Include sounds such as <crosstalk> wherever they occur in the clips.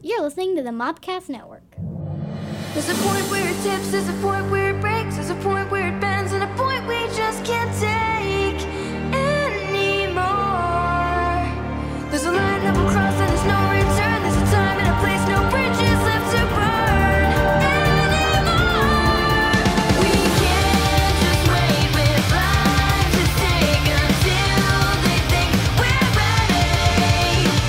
You're listening to the Mobcast Network. There's a point where it tips, there's a point where it breaks, there's a point where it bends, and a point we just can't take anymore. There's a line that we'll cross and there's no return. There's a time and a place, no bridges left to burn anymore. We can't just wait with life to take until they think we're ready.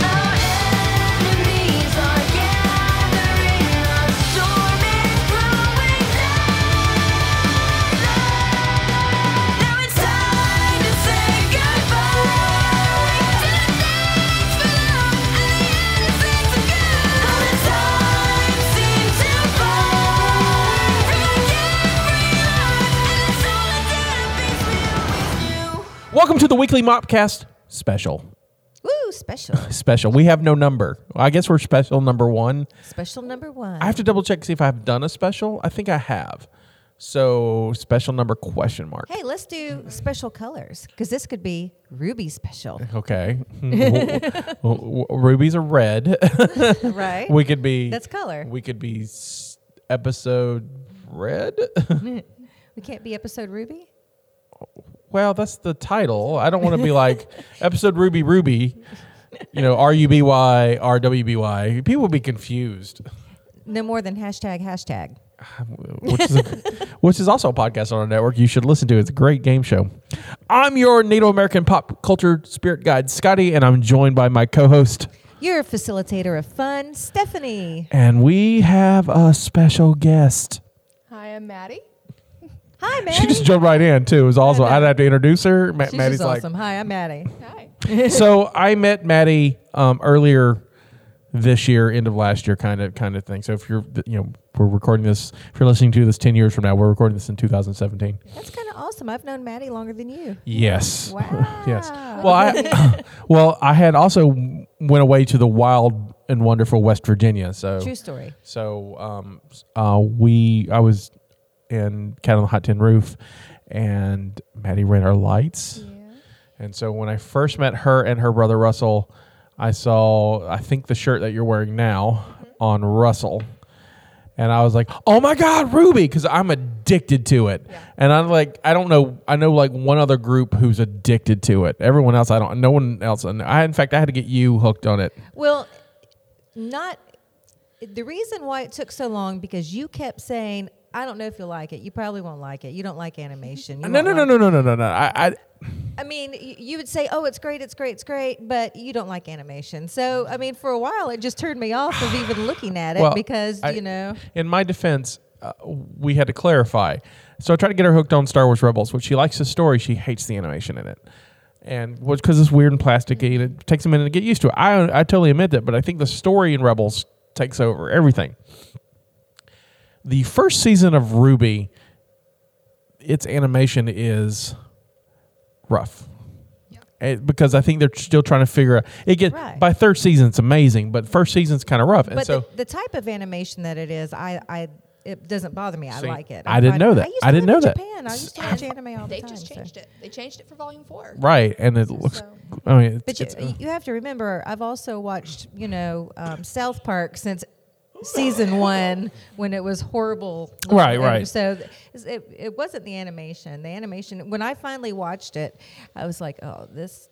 Our enemies are gathering, our storm is growing Now it's time to say goodbye to the things below and the innocence of good. All the time seems to fly. Break every line, and it's all a damn piece with you. Welcome to the weekly Mopcast special. Woo, special. <laughs> Special. We have no number. I guess we're special number one. special number one. I have to double check see if I've done a special. I think I have. So special number question mark. hey, let's do special colors because this could be <laughs> ruby special, <laughs> Okay. W- w- Rubies are red. <laughs> right? we could be. That's color. We could be s- episode red. we can't be episode ruby. well, that's the title. I don't want to be like episode Ruby Ruby. You know, R U B Y R W B Y. People would be confused. No more than hashtag hashtag. which <laughs> is, which is also a podcast on our network you should listen to. It's a great game show. I'm your NATO American pop culture spirit guide, Scotty, and I'm joined by my co host. You're a facilitator of fun, Stephanie. And we have a special guest. Hi, I'm Maddie. <laughs> Hi, Maddie. She just jumped right in, too. It was awesome. I'd have to introduce her. Ma- She's Maddie's just awesome. Hi, I'm Maddie. Hi. <laughs> like, so I met Maddie um, earlier this year, end of last year, kind of kind of thing. So if you're, you know, we're recording this, if you're listening to this 10 years from now, we're recording this in 2017. That's kind of awesome. I've known Maddie longer than you. Yes. Wow. yes. Well, I <coughs> well, I had also went away to the wild and wonderful West Virginia. So True story. So um, s- uh, we I was in Cat on the Hot Tin Roof, and Maddie ran our lights. And so when I first met her and her brother Russell, I saw I think the shirt that you're wearing now on Russell. And I was like, "Oh my God, Ruby!" Because I'm addicted to it, and I'm like, I don't know, I know like one other group who's addicted to it. Everyone else, I don't. No one else. I, know. I in fact, I had to get you hooked on it. Well, not the reason why it took so long because you kept saying, I don't know if you'll like it. You probably won't like it. You don't like animation. You No, won't no, no, like no, no, no, no, no. I, I I mean, y- you would say, "Oh, it's great, it's great, it's great," but you don't like animation. So, I mean, for a while, it just turned me off of even looking at it Well, because I- you know, in my defense, uh, we had to clarify. So I tried to get her hooked on Star Wars Rebels, which she likes the story, she hates the animation in it. And which because it's weird and plasticky, and it takes a minute to get used to it. I I totally admit that, but I think the story in Rebels takes over everything. The first season of Ruby, its animation is rough. Eh, because I think they're still trying to figure out it get Right. by third season it's amazing, but first season's kind of rough. And but so the, the type of animation that it is, I, I, it doesn't bother me. I See, like it. I didn't find- know that. used I to didn't live know in that. Japan. I used to watch anime all the They time. just so- changed it. They changed it for volume four. Right, and it looks. So- I mean, But it's, uh. it's, you, you have to remember, I've also watched, you know, um, South Park since season one when it was horrible. Right, And right. So th- it, it wasn't the animation. The animation, when I finally watched it, I was like, oh, this,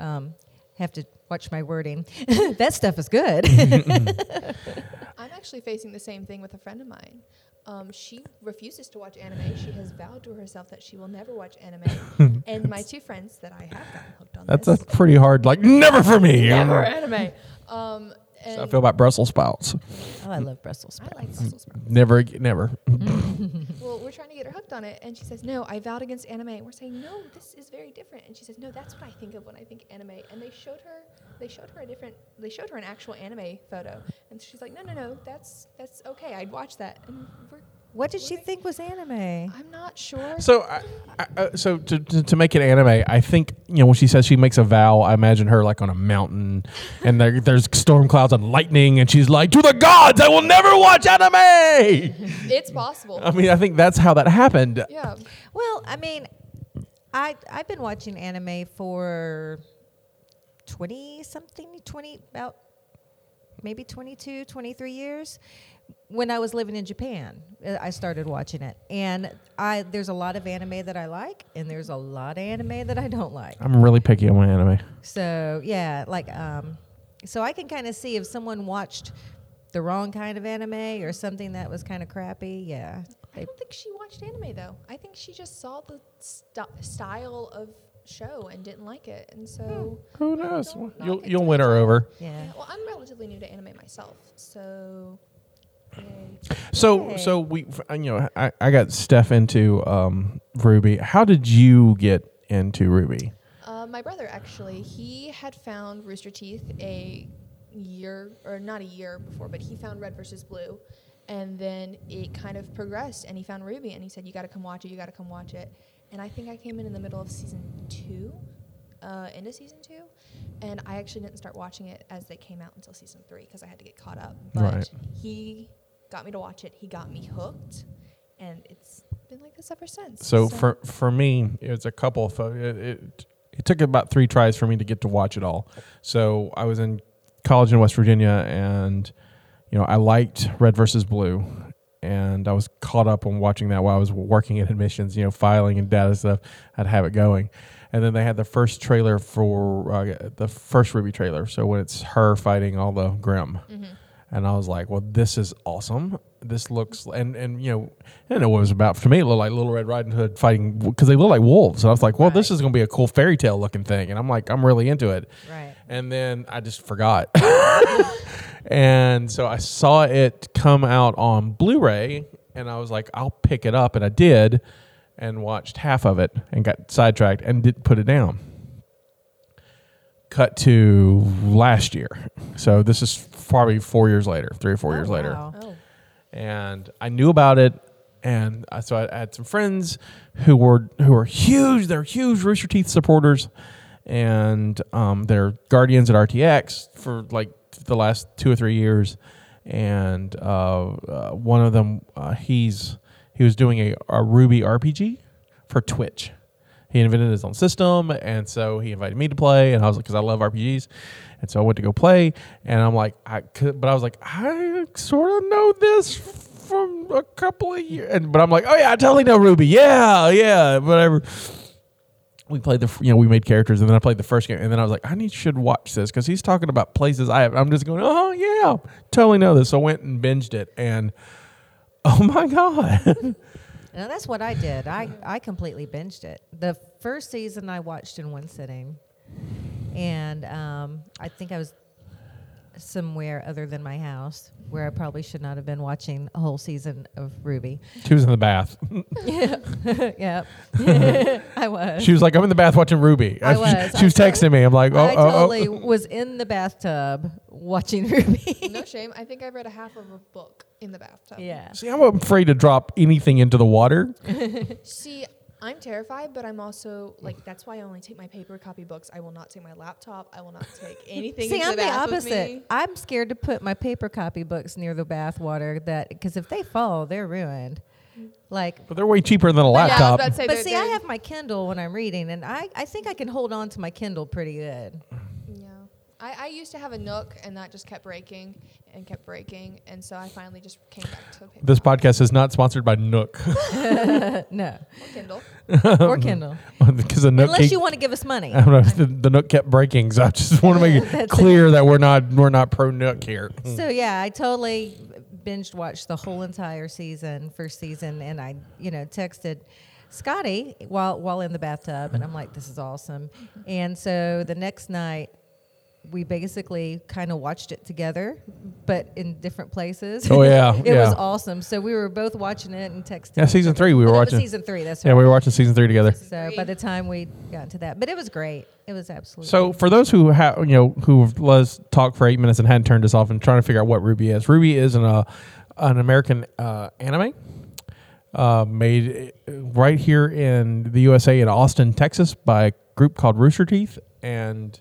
um, have to watch my wording. <laughs> that stuff is good. <laughs> I'm actually facing the same thing with a friend of mine. Um, she refuses to watch anime. She has vowed to herself that she will never watch <laughs> anime. and my two friends that I have gotten hooked on that's this, that's pretty hard. Like never for me. never anime. Um, and I feel about Brussels sprouts. oh, I love Brussels I sprouts. like Brussels sprouts. Never, ag- never. Well, we're trying to get her hooked on it, and she says, "No, I vowed against anime." We're saying, "No, this is very different," and she says, "No, that's what I think of when I think anime." And they showed her, they showed her a different, they showed her an actual anime photo, and she's like, "No, no, no, that's that's okay. I'd watch that." And we're, What did she think was anime? I'm not sure. So, I, I, uh, so to, to to make it anime, I think you know when she says she makes a vow, I imagine her like on a mountain, and there, there's storm clouds and lightning, and she's like, "To the gods, I will never watch anime." it's possible. I mean, I think that's how that happened. yeah, Well, I mean, I I've been watching anime for twenty something, twenty about maybe 22, 23 years when I was living in Japan. uh, I started watching it, and I there's a lot of anime that I like, and there's a lot of anime that I don't like. I'm really picky on my anime. So yeah, like um, so I can kind of see if someone watched the wrong kind of anime or something that was kind of crappy. Yeah, I they, don't think she watched anime though. I think she just saw the stu- style of show and didn't like it, and so Who I knows? don't knock You'll it you'll till win it's her done. over. Hmm. yeah. Yeah, well, I'm relatively new to anime myself, so yay. So Yay. so we f- you know I, I got Steph into um, Ruby. How did you get into Ruby? Uh, my brother actually, he had found Rooster Teeth a year or not a year before, but he found Red versus Blue, and then it kind of progressed, and he found Ruby, and he said, "You got to come watch it. You got to come watch it." And I think I came in in the middle of season two, uh, into season two, and I actually didn't start watching it as they came out until season three because I had to get caught up. But Right. he got me to watch it. He got me hooked, and it's been like this ever since. So for for me, it's a couple. Of, pho- it, it it took about three tries for me to get to watch it all. So I was in college in West Virginia, and you know I liked Red versus Blue, and I was caught up on watching that while I was working at <laughs> admissions, you know, filing and data stuff. I'd have it going, and then they had the first trailer for uh, the first Ruby trailer. So when it's her fighting all the Grim and I was like, "Well, this is awesome. This looks and and you know, I didn't know what it was about. For me, it looked like Little Red Riding Hood fighting because they look like wolves, and I was like, "Well, this is going to be a cool fairy tale looking thing." And I'm like, "I'm really into it." Right. And then I just forgot, and so I saw it come out on Blu-ray, and I was like, "I'll pick it up," and I did, and watched half of it, and got sidetracked, and didn't put it down cut to last year. So this is probably four years later, three or four Oh, years later. wow. oh. And I knew about it. And I, so I had some friends who were who are huge. They're huge Rooster Teeth supporters, and um, they're guardians at RTX for like the last two or three years. And uh, uh, one of them, uh, he's he was doing a, a Ruby RPG for Twitch he invented his own system and so he invited me to play and i was like because i love rpgs and so i went to go play and i'm like i could but i was like i sort of know this from a couple of years and but i'm like oh yeah i totally know ruby yeah yeah whatever we played the f- you know we made characters and then I played the first game and then I was like I need should watch this because he's talking about places I have I'm just going oh yeah totally know this so I went and binged it and oh my god <laughs> Now that's what I did. I, I completely binged it. The first season I watched in one sitting, and um, I think I was somewhere other than my house where I probably should not have been watching a whole season of Ruby. <laughs> she was in the bath Yeah, yep, <laughs> I was. She was like, I'm in the bath watching Ruby. I was. <laughs> She was I- texting me. I'm like, oh, I oh, totally oh. was in the bathtub watching <laughs> Ruby. no shame. I think I read a half of a book in the bathtub. yeah, See, I'm afraid to drop anything into the water. See, I'm terrified, but I'm also like that's why I only take my paper copy books. I will not take my laptop. I will not <laughs> take anything. See, into I'm the bath with opposite. me. I'm scared to put my paper copy books near the bathwater that because if they fall, they're ruined. Like, But they're way cheaper than a Yeah, I was laptop. about to say but they're- see, I they're- have my Kindle when I'm reading, and I, I think I can hold on to my Kindle pretty good. Yeah. I, I used to have a Nook, and that just kept breaking and kept breaking, and so I finally just came back to a paper this podcast is not sponsored by Nook <laughs> No, or Kindle. or Kindle, because the Nook. unless keep- you want to give us money. <laughs> I don't know. if The, the Nook kept breaking, so I just want to <laughs> make it clear that we're not we're not pro Nook here. So yeah, I totally binged watched the whole entire season, first season, and I, you know, texted Scotty while while in the bathtub, and I'm like, this is awesome. And so the next night, we basically kind of watched it together, but in different places. Oh, yeah, <laughs> it yeah. was awesome. So we were both watching it and texting. Yeah, season three we Oh, were that was watching. season three. That's yeah, right. we were watching season three together. So by the time we got to that, but it was great. It was absolutely So for those who have you know who let us talk for eight minutes and hadn't turned us off and trying to figure out what Ruby is, Ruby is an uh, an American uh, anime uh, made uh, right here in the USA in Austin, Texas, by a group called Rooster Teeth, and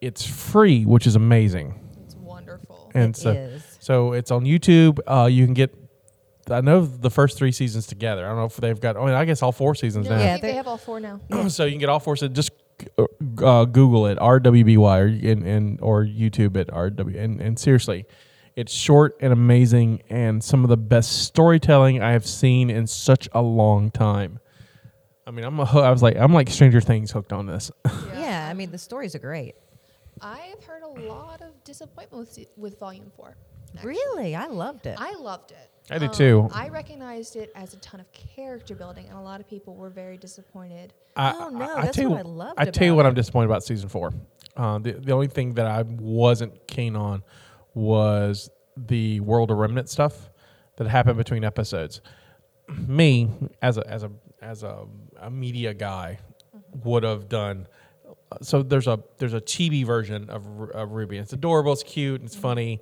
it's free, which is amazing. It's wonderful. And It so, is. so it's on YouTube. Uh, you can get. I know the first three seasons together. I don't know if they've got. I mean, I guess all four seasons No, now I Yeah, think they <clears throat> they're- have all four now. so you can get all four. So just uh, Google it RWBY or and, and or YouTube it RW and, and seriously, it's short and amazing and some of the best storytelling I have seen in such a long time. I mean, I'm a, hoo- I was like I'm like Stranger Things hooked on this. Yeah, I mean the stories are great. I have heard a lot of disappointment with, se- with Volume 4. actually. Really, I loved it. I loved it. Um, I did too. I recognized it as a ton of character building, and a lot of people were very disappointed. Oh, no, that's tell you, what I loved tell you about what it. I'm disappointed about season four. Uh, the the only thing that I wasn't keen on was the World of Remnant stuff that happened between episodes. <clears throat> Me as a as a as a, a media guy Mm-hmm. would have done. uh, So there's a there's a chibi version of, Ru- of Ruby. It's adorable. It's cute. Mm-hmm. And it's funny.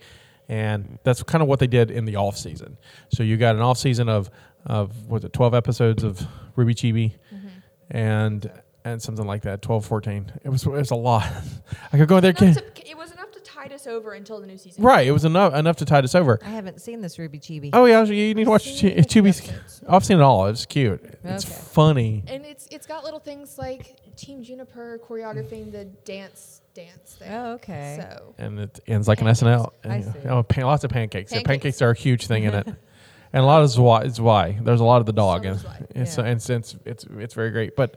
And that's kind of what they did in the off season. So you got an off season of of what was it twelve episodes of Ruby Chibi, Mm-hmm. and and something like that 12 14 it was it was a lot <laughs> i could go in there can, Enough to- it was enough to tide us over until the new season. right it was enough enough to tide us over I haven't seen this Ruby Chibi. oh yeah you need to watch Chi- Chibi's. i've seen it all it's cute it's Okay. funny And it's it's got little things like Team Juniper choreographing the dance dance thing. Oh, okay. So and it ends like an SNL. I And, see. oh, pan- lots of pancakes. The Pancakes. pancakes are a huge thing <laughs> in it, and a lot of Zwei. Zwei. There's a lot of the dog, So and, much Zwei. and, so, Yeah. and since it's it's very great. But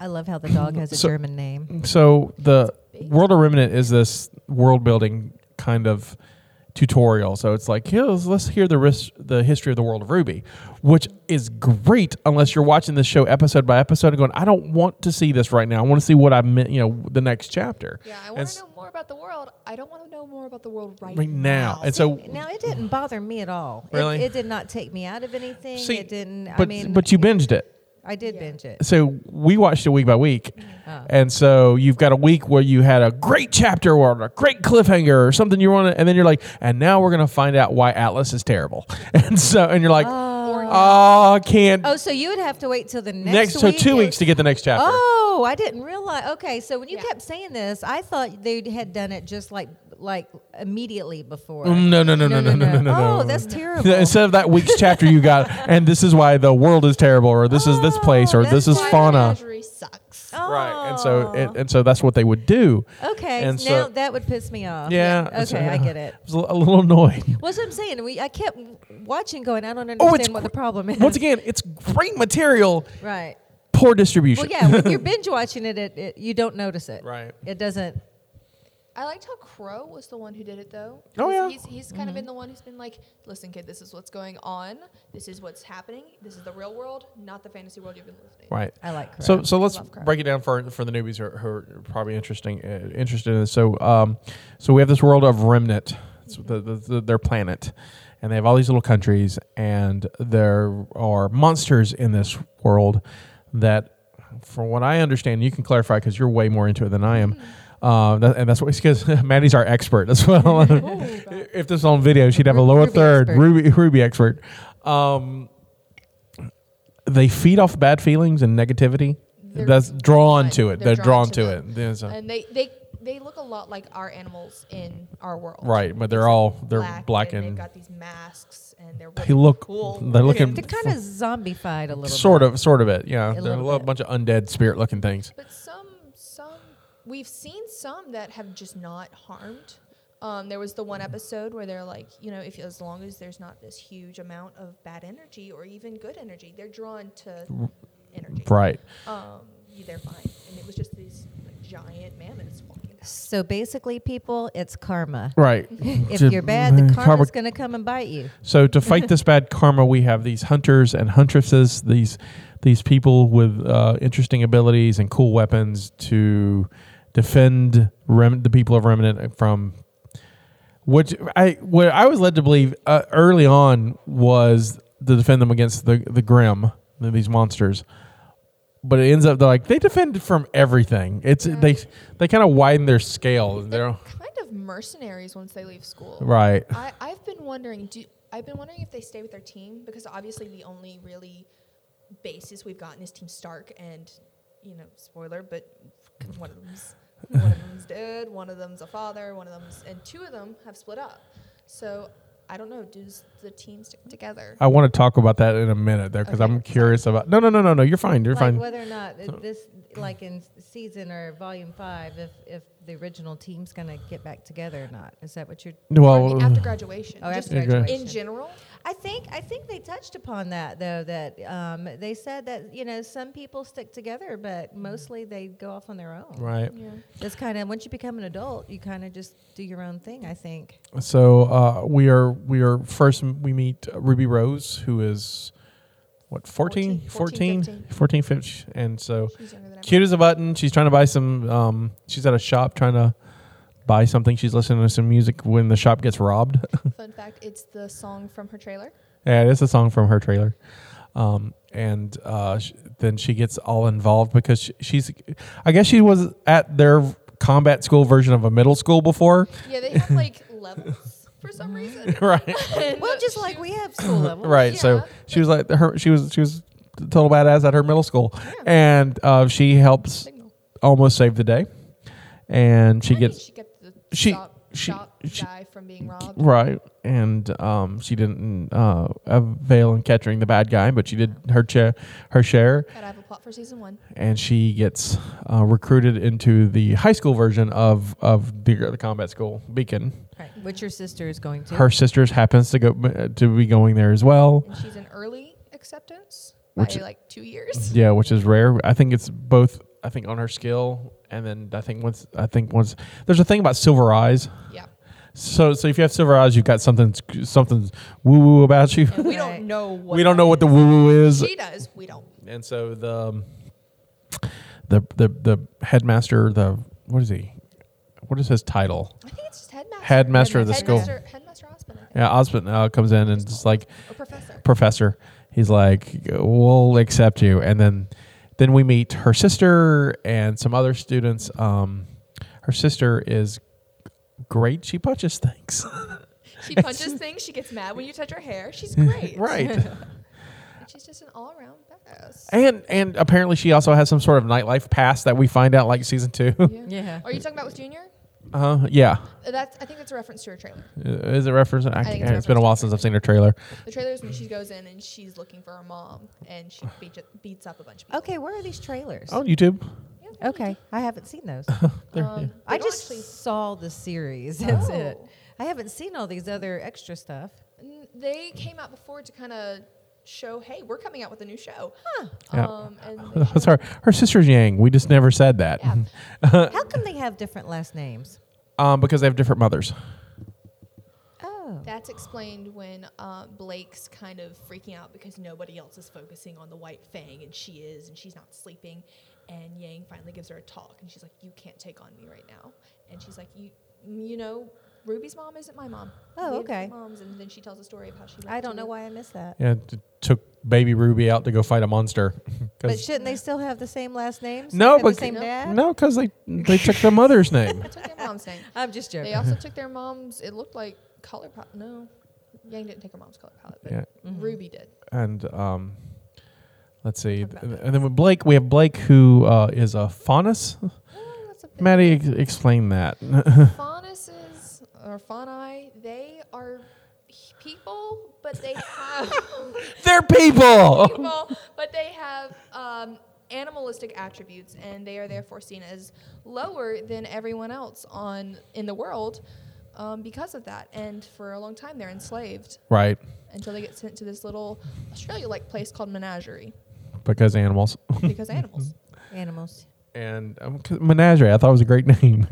I love how the dog has a So- German name. so the Big. World of Remnant is this world building kind of tutorial. So it's like, here, let's, let's hear the ris- the history of the world of Ruby, which is great unless you're watching this show episode by episode and going, I don't want to see this right now. I want to see what I meant, you know, the next chapter. yeah, I And want s- to know more about the world. I don't want to know more about the world right, right now. And so Now it didn't bother me at all. It- Really? It, did not take me out of anything. See, it didn't. but I mean, but you binged it. I did binge it. so we watched it week by week. Oh. And so you've got a week where you had a great chapter or a great cliffhanger or something you want to, and then you're like, and now we're going to find out why Atlas is terrible. <laughs> And so, and you're like, oh, I can't. Oh, so you would have to wait till the next, next, so week? two weeks to get the next chapter. Oh, I didn't realize. Okay, so when you Yeah. kept saying this, I thought they had done it just like like immediately before. Mm, No, no, no, no, no, no, no, no. Oh, no. that's terrible. <laughs> Instead of that week's chapter, you <laughs> got, and this is why the world is terrible, or this is this place, or Oh, this that's is Why the fauna. menagerie sucks. oh. Right, and so and, and so that's what they would do. okay, and now so- that would piss me off. Yeah. Oh, Okay, so- I get <laughs> it. I was a a little annoyed. What's what I'm saying? We I kept watching, going, I don't Oh, it's understand what the gr- problem is. Once again, it's great material, <laughs> right. poor distribution. Well, yeah, when you're binge watching it, it, it, you don't notice it. Right. It doesn't. I liked how Crow was the one who did it though. Oh, 'Cause yeah. he's he's kind of been the one who's been like, listen, kid, this is what's going on. This is what's happening. This is the real world, not the fantasy world you've been <laughs> listening. Right. I like Crow. So, so let's Love crap. break it down for for the newbies who are, who are probably interesting uh, interested in this. So, um, so we have this world of Remnant, it's the, the, the, their planet, and they have all these little countries, and there are monsters in this world that, from what I understand, you can clarify because you're way more into it than I am. Mm-hmm. Uh, that, and that's <laughs> what because Maddie's our expert as well. <laughs> <laughs> if this was on video, she'd have a Ru- lower Oh, Ruby third. expert. Ruby Ruby expert. Um, they feed off bad feelings and negativity. They're That's drawn drawn- to it. They're, drawn, to, it. There's a- And they they they look a lot like our animals in our world. right, but they're all they're black, and, and they've got these masks and they're really <laughs> they look cool. they're <laughs> looking They're kind of zombified a little <laughs> sort bit. of sort of it. Yeah, they're a little little bit. bunch of undead spirit looking things. But some, some we've seen some that have just not harmed. Um, there was the one episode where they're like, you know, if as long as there's not this huge amount of bad energy or even good energy, they're drawn to energy. Right. Um, you- they're fine, and it was just these like, giant mammoths walking. So basically, people, it's karma. Right. If To- you're bad, the karma- karma's going to come and bite you. So to fight this bad karma, we have these hunters and huntresses, these these people with uh, interesting abilities and cool weapons to defend rem- the people of Remnant from. Which I what I was led to believe uh, early on was to defend them against the the Grim, these monsters. But it ends up they're like they defend from everything. It's they they kind of widen their scale. They're They're kind of mercenaries once they leave school. right. I, I've been wondering. Do I've been wondering if they stay with their team because obviously the only really basis we've gotten is Team Stark, and you know, spoiler, <laughs> but one of them's one of them's dead, one of them's a father, one of them's, and two of them have split up. So I don't know. Does the team stick together? I want to talk about that in a minute there because Okay, I'm curious about. No, no, no, no, no. You're fine. You're like fine. whether or not it- this, like in s- season or volume five, if if the original team's going to get back together or not. Is that what you're? Or, I well, mean, after graduation. Uh, Oh, just after Okay. graduation. in general. I think I think they touched upon that though. That um, they said that you know some people stick together, but mostly they go off on their own. <laughs> right. Yeah. It's kind of once you become an adult, you kind of just do your own thing. I think. So uh, we are we are first m- we meet Ruby Rose who is what 14 14 14, 14, 15, 14 15 and so She's younger than I cute as a button she's trying to buy some um, she's at a shop trying to buy something she's listening to some music when the shop gets robbed Fun fact: It's the song from her trailer. yeah it's a song from her trailer um, and uh, sh- then she gets all involved because sh she's I guess she was at their combat school version of a middle school before Yeah, they have like levels <laughs> for some reason. right And, Well, uh, just like we have school level. Right. So Yeah. she was like her. She was she was total badass at her middle school, and uh, she helps Signal. almost save the day, and she I think gets she kept the she- shop, she- shop she- guy from being robbed. right, and um, she didn't uh, avail in catching the bad guy, but she did her chair her share, Gotta have a plot for season one. and she gets uh, recruited into the high school version of of the, the combat school Beacon. Right, Which your sister is going to. Her sisters happens to go uh, to be going there as well. And she's an early acceptance Which- by like two years. Yeah, which is rare. I think it's both. I think on her skill, and then I think once I think once there's a thing about silver eyes. Yeah. So so if you have silver eyes, you've got something something woo woo about you. We Right. don't know <laughs> what We don't know what the woo woo is, she does. We don't. and so the um, the the the headmaster, the what is he? What is his title? I think it's just headmaster. Headmaster of the school. Headmaster, headmaster Osmond, I think. Yeah, Osmond uh, comes in and just like <laughs> Or professor. professor. He's like, we'll accept you. And then, then we meet her sister and some other students. Um, her sister is great. She punches things. She punches things. She gets mad when you touch her <laughs> hair. She's great. right. She's just an all-around badass. And and apparently she also has some sort of nightlife past that we find out like season two. <laughs> Yeah. Are you talking about with Junior? Uh, yeah, Uh, That's. I think that's a reference to her trailer. Uh, is it reference? I, think can't- it's it's been a referenced. while since I've seen her trailer. The trailer is when she goes in and she's looking for her mom, and she beat, beats up a bunch of people. Okay. Where are these trailers? On YouTube, <laughs> Okay. I haven't seen those. Um, they I don't just actually- saw the series. <laughs> That's it. Oh. I haven't seen all these other extra stuff. n- they came out before to kind of show, hey, we're coming out with a new show. Huh. Yeah. Um, and they That's <laughs> showed- her. Her sister's Yang. We just never said that. Yeah. <laughs> How come they have different last names? Um, because they have different mothers. Oh. That's explained when uh, Blake's kind of freaking out because nobody else is focusing on the White Fang, and she is, and she's not sleeping. And Yang finally gives her a talk, and she's like, "You can't take on me right now." And she's like, "You, you know, Ruby's mom isn't my mom. Oh, We have okay. different Moms, and then she tells a story of how she. I went don't to- know why I missed that. Yeah, t- took baby Ruby out to go fight a monster. <laughs> 'Cause- But shouldn't they still have the same last names? No, and but the same no, dad. because they they took their mother's name. <laughs> They <laughs> took their mom's name. I'm just joking. They also took their mom's. It looked like color palette. No, Yang didn't take her mom's color palette, but Yeah. Ruby did. And um, let's see, Talk about and then with Blake, we have Blake who uh, is a faunus. <gasps> Oh, that's a bit- Maddie, ex- explain that. <laughs> Faunuses or fauni, they are h- people, but they <laughs> have <laughs> They're people. people, but they have um, animalistic attributes, and they are therefore seen as lower than everyone else on in the world um, because of that. And for a long time, they're enslaved Right, until they get sent to this little Australia-like place <laughs> called menagerie because animals because animals. Animals. and um, 'cause menagerie. I thought it was a great <laughs> name.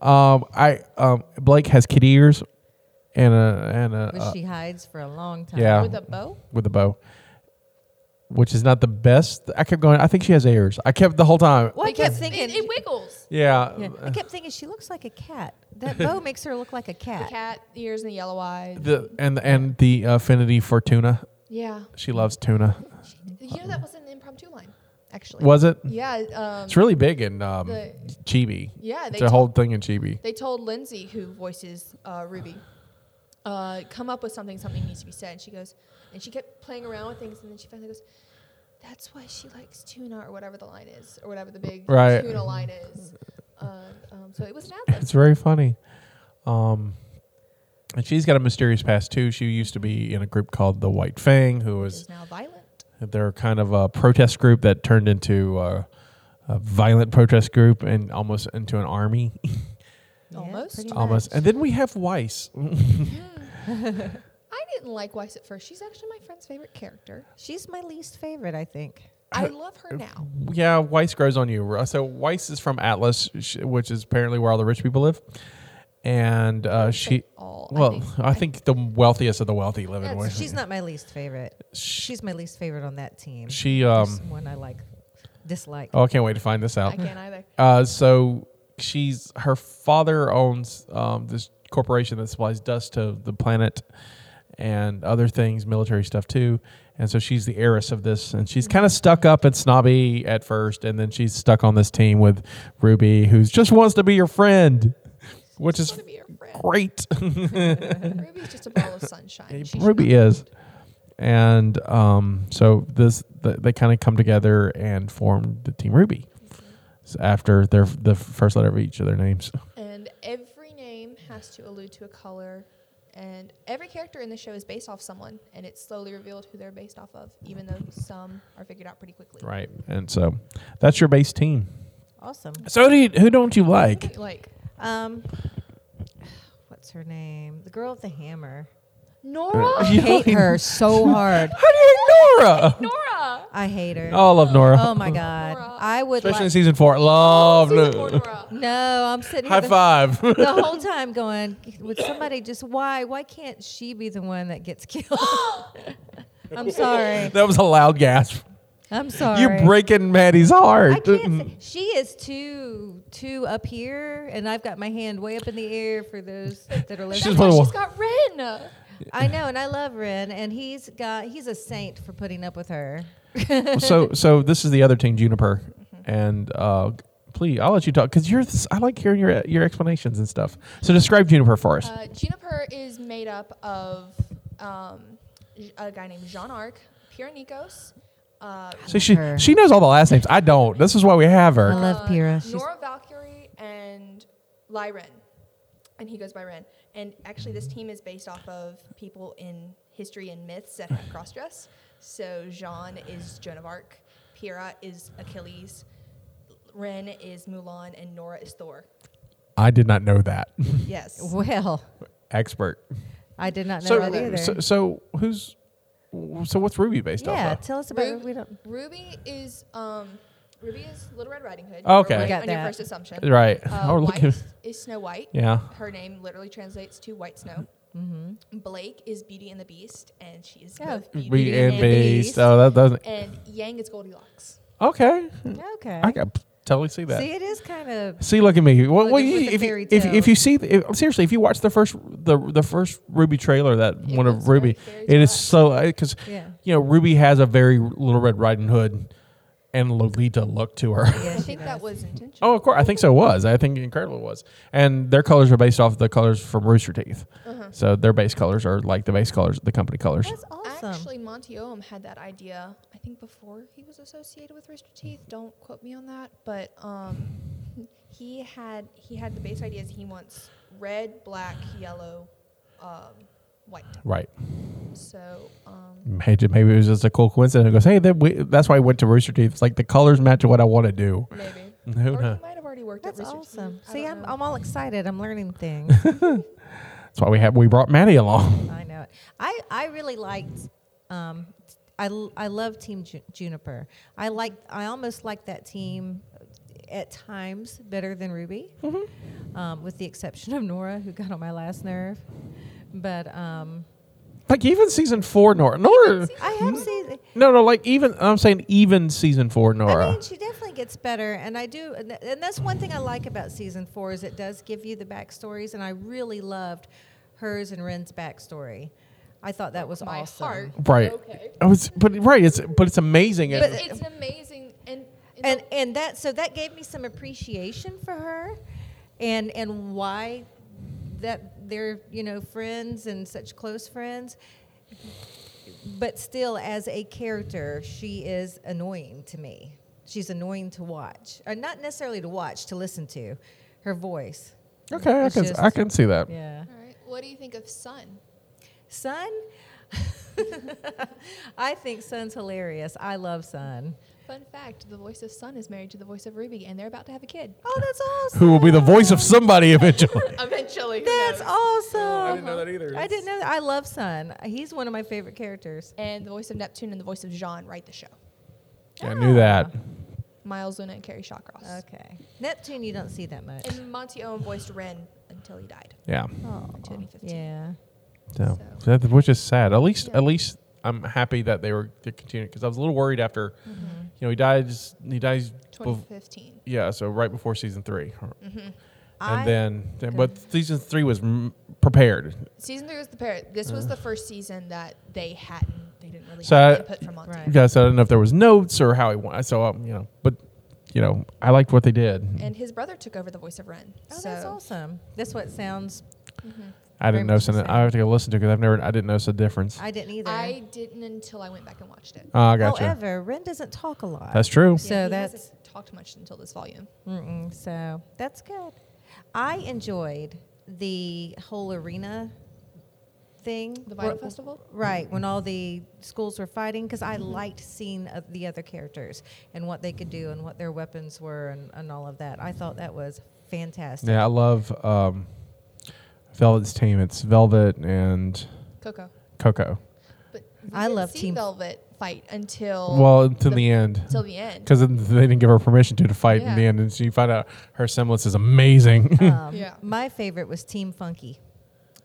um, I um, Blake has kitty ears and a and a Which uh, she hides for a long time. Yeah. With a bow? with a bow. Which is not the best. I kept going. I think she has ears. I kept the whole time. Well, I kept Because thinking. It, it wiggles. Yeah. Uh, Yeah, I kept thinking she looks like a cat. That <laughs> bow makes her look like a The cat. cat ears and the yellow eyes. The and and the affinity for tuna. yeah. She loves tuna. You know that was an impromptu line, actually. Was it? Yeah. Um, It's really big in um, The- Chibi. yeah. They It's a told, whole thing in <laughs> Chibi. they told Lindsay, who voices uh, Ruby, uh, come up with something. Something needs to be said. And she goes, and she kept playing around with things, and then she finally goes, "That's why she likes tuna, or whatever the line is, or whatever the big Right. tuna line <laughs> is." Uh, um, so it was an ad lib. It's very funny. Um, And she's got a mysterious past too. She used to be in a group called the White Fang, who was Is now violent. they're kind of a protest group that turned into uh, a violent protest group and almost into an army, Almost. pretty almost. much. And then we have Weiss. I didn't like Weiss at first. She's actually my friend's favorite character. She's my least favorite, I think. I love her uh, now. yeah, Weiss grows on you. So Weiss is from Atlas, sh- which is apparently where all the rich people live, and uh, she. all, I well, <laughs> I think. think, the wealthiest of the wealthy live in That's, Weiss. she's not my least favorite. She, She's my least favorite on that team. she There's um. one I like, dislike. Oh, I can't wait to find this out. I can't either. Uh, so she's her father owns um, this corporation that supplies dust to the planet and other things, military stuff too. And so she's the heiress of this, and she's kind of stuck up and snobby at first, and then she's stuck on this team with Ruby, who just wants to be your friend, which I is want to be your friend. great. Ruby's just a <laughs> ball of sunshine. She's Ruby is, and um, so this th they kind of come together and form the team Ruby So after their the first letter of each of their names. And every name has to allude to a color. And every character in the show is based off someone, and it's slowly revealed who they're based off of, even though some are figured out pretty quickly. Right, and so that's your base team. Awesome. So do you, who don't you like? Like Um, what's her name? The girl with the hammer. <laughs> Nora. You Hate her so hard. How do you Nora? Nora. I hate her. Oh, I love Nora. Oh my god. I would. Especially in Like, season four, love Season Nora. four Nora. no, I'm sitting High here the, five. <laughs> the whole time going. Would somebody just why? Why can't she be the one that gets killed? <laughs> I'm sorry. that was a loud gasp. I'm sorry. You're breaking Maddie's heart. I can't. Mm. Say, she is too too up here, and I've got my hand way up in the air for those that are She's listening. That's why one of she's got Uh, Ren. I know, and I love Ren, and he's got he's a saint for putting up with her. <laughs> so so this is the other team, Juniper, Mm-hmm. and uh, please, I'll let you talk because you're. This, I like hearing your your explanations and stuff. So describe Juniper for us. Uh, Juniper is made up of um, j- a guy named Jean Arc, Pira Nikos, uh, so she her. Um, she knows all the last names. I don't. This is why we have I her. love Pyrrha. She's Uh, Nora Valkyrie and Lyren. And he goes by Ren. And actually, this team is based off of people in history and myths that have <laughs> crossdress. So Jean is Joan of Arc, Pyrrha is Achilles, Ren is Mulan, and Nora is Thor. I did not know that. Yes. well. Expert. I did not know So, that either. so so who's so what's Ruby based yeah, off of? tell us about. Ruby, we don't. Ruby is um, Ruby is Little Red Riding Hood. Okay. You're right Got on your that. first assumption. Right. Uh, <laughs> oh look. White at is Snow White. Yeah. Her name literally translates to White Snow. Blake is Beauty and the Beast, and she is Oh. both Beauty, Beauty and Beast. Beast. Oh, that doesn't. And Yang is Goldilocks. Okay. Okay. I can totally see that. See, it is kind of. See, look at me. Well, Look well, at you- with the if, you, fairy if, if tale. you see, the, if- seriously, if you watch the first the the first Ruby trailer, that one looks of very Ruby, fairy it is tale-esque. so because Yeah. you know Ruby has a very Little Red Riding Hood and Lolita look to her. <laughs> I Yes, think that was intentional. oh, of course, I think so was. I think Incredible was, and their colors are based off the colors from Rooster Teeth. So their base colors are like the base colors, the company colors. Uh-huh. that's awesome. Actually, Monty Oum had that idea, I think, before he was associated with Rooster Teeth. Don't quote me on that, but um, <laughs> he had he had the base ideas. He wants red, black, yellow, um, white. Right. So um, Maybe maybe it was just a cool coincidence. It goes, hey, that we, that's why I went to Rooster Teeth. It's like the colors match what I want to do. maybe. Who Or knows? he might have already worked That's at Rooster awesome. Teeth. I See, don't I'm, know. I'm all excited. I'm learning things. That's why we have we brought Maddie along. <laughs> I know it. I, I really liked. Um, I, l- I love Team Ju- Juniper. I like. I almost like that team at times better than Ruby, Mm-hmm. um, with the exception of Nora, who got on my last nerve. But <laughs> um, Like even season four, Nora. Nora. I have seen. No, no. Like even I'm saying even season four, Nora. I mean, she definitely gets better, and I do, and th- and that's one thing I like about season four is it does give you the backstories, and I really loved hers and Ren's backstory. I thought that was my awesome. heart. right. Okay. I was, but right. It's but it's amazing. But- It- It's an amazing and and and that so that gave me some appreciation for her and and why that they're you know friends and such close friends but still as a character she is annoying to me she's annoying to watch or not necessarily to watch to listen to her voice okay, I it's can just- I can see that. yeah All right. What do you think of Sun? Sun? <laughs> I think Sun's hilarious. I love Sun. Fun fact: the voice of Sun is married to the voice of Ruby, and they're about to have a kid Oh, <laughs> that's awesome. Who will be the voice of somebody eventually? <laughs> eventually. who That's knows? awesome. I didn't know that either. I didn't know that. I love Sun. He's one of my favorite characters. And the voice of Neptune and the voice of Jean write the show. I knew that. Miles Luna and Carrie Shawcross. Okay. Neptune, you don't see that much. And Monty Owen voiced Ren until he died Yeah. in 2015. Yeah. So, So- that- which is sad. At least, Yeah. at least I'm happy that they were they continuing because I was a little worried after, Mm-hmm. you know, he dies. He dies. Bef- 2015. yeah, so right before season 3 Mm-hmm. I- and then, then but season three was m- prepared. Season three was the parrot. This was the Uh. first season that they hadn't. They didn't really So have I- input from Monty. Right. You guys, I don't know if there was notes or how he went. So um, you know, but you know, I liked what they did. And his brother took over the voice of Ren. Oh, so Mm-hmm. that's awesome. That's what sounds. I very didn't much notice. the An, same. I have to go listen to because I've never. I didn't notice a difference. I didn't either. I didn't until I went back and watched it. Oh, I gotcha. However, Ren doesn't talk a lot. That's true. So he that's- hasn't talked much until this volume. Mm-mm, so that's good. I enjoyed the whole arena thing. The Vinyl where- Festival? Right, when all the schools were fighting, because I liked seeing uh, the other characters and what they could do and what their weapons were and, and all of that. I thought that was fantastic. Yeah, I love um, Velvet's team. It's Velvet and Coco. Coco. But we I didn't love see Team- Velvet fight until Well, until the end. Till the end. Because they didn't give her permission to, to fight in the Yeah. end, and so you find out her semblance is amazing. <laughs> <laughs> Um, Yeah. My favorite was Team Funky.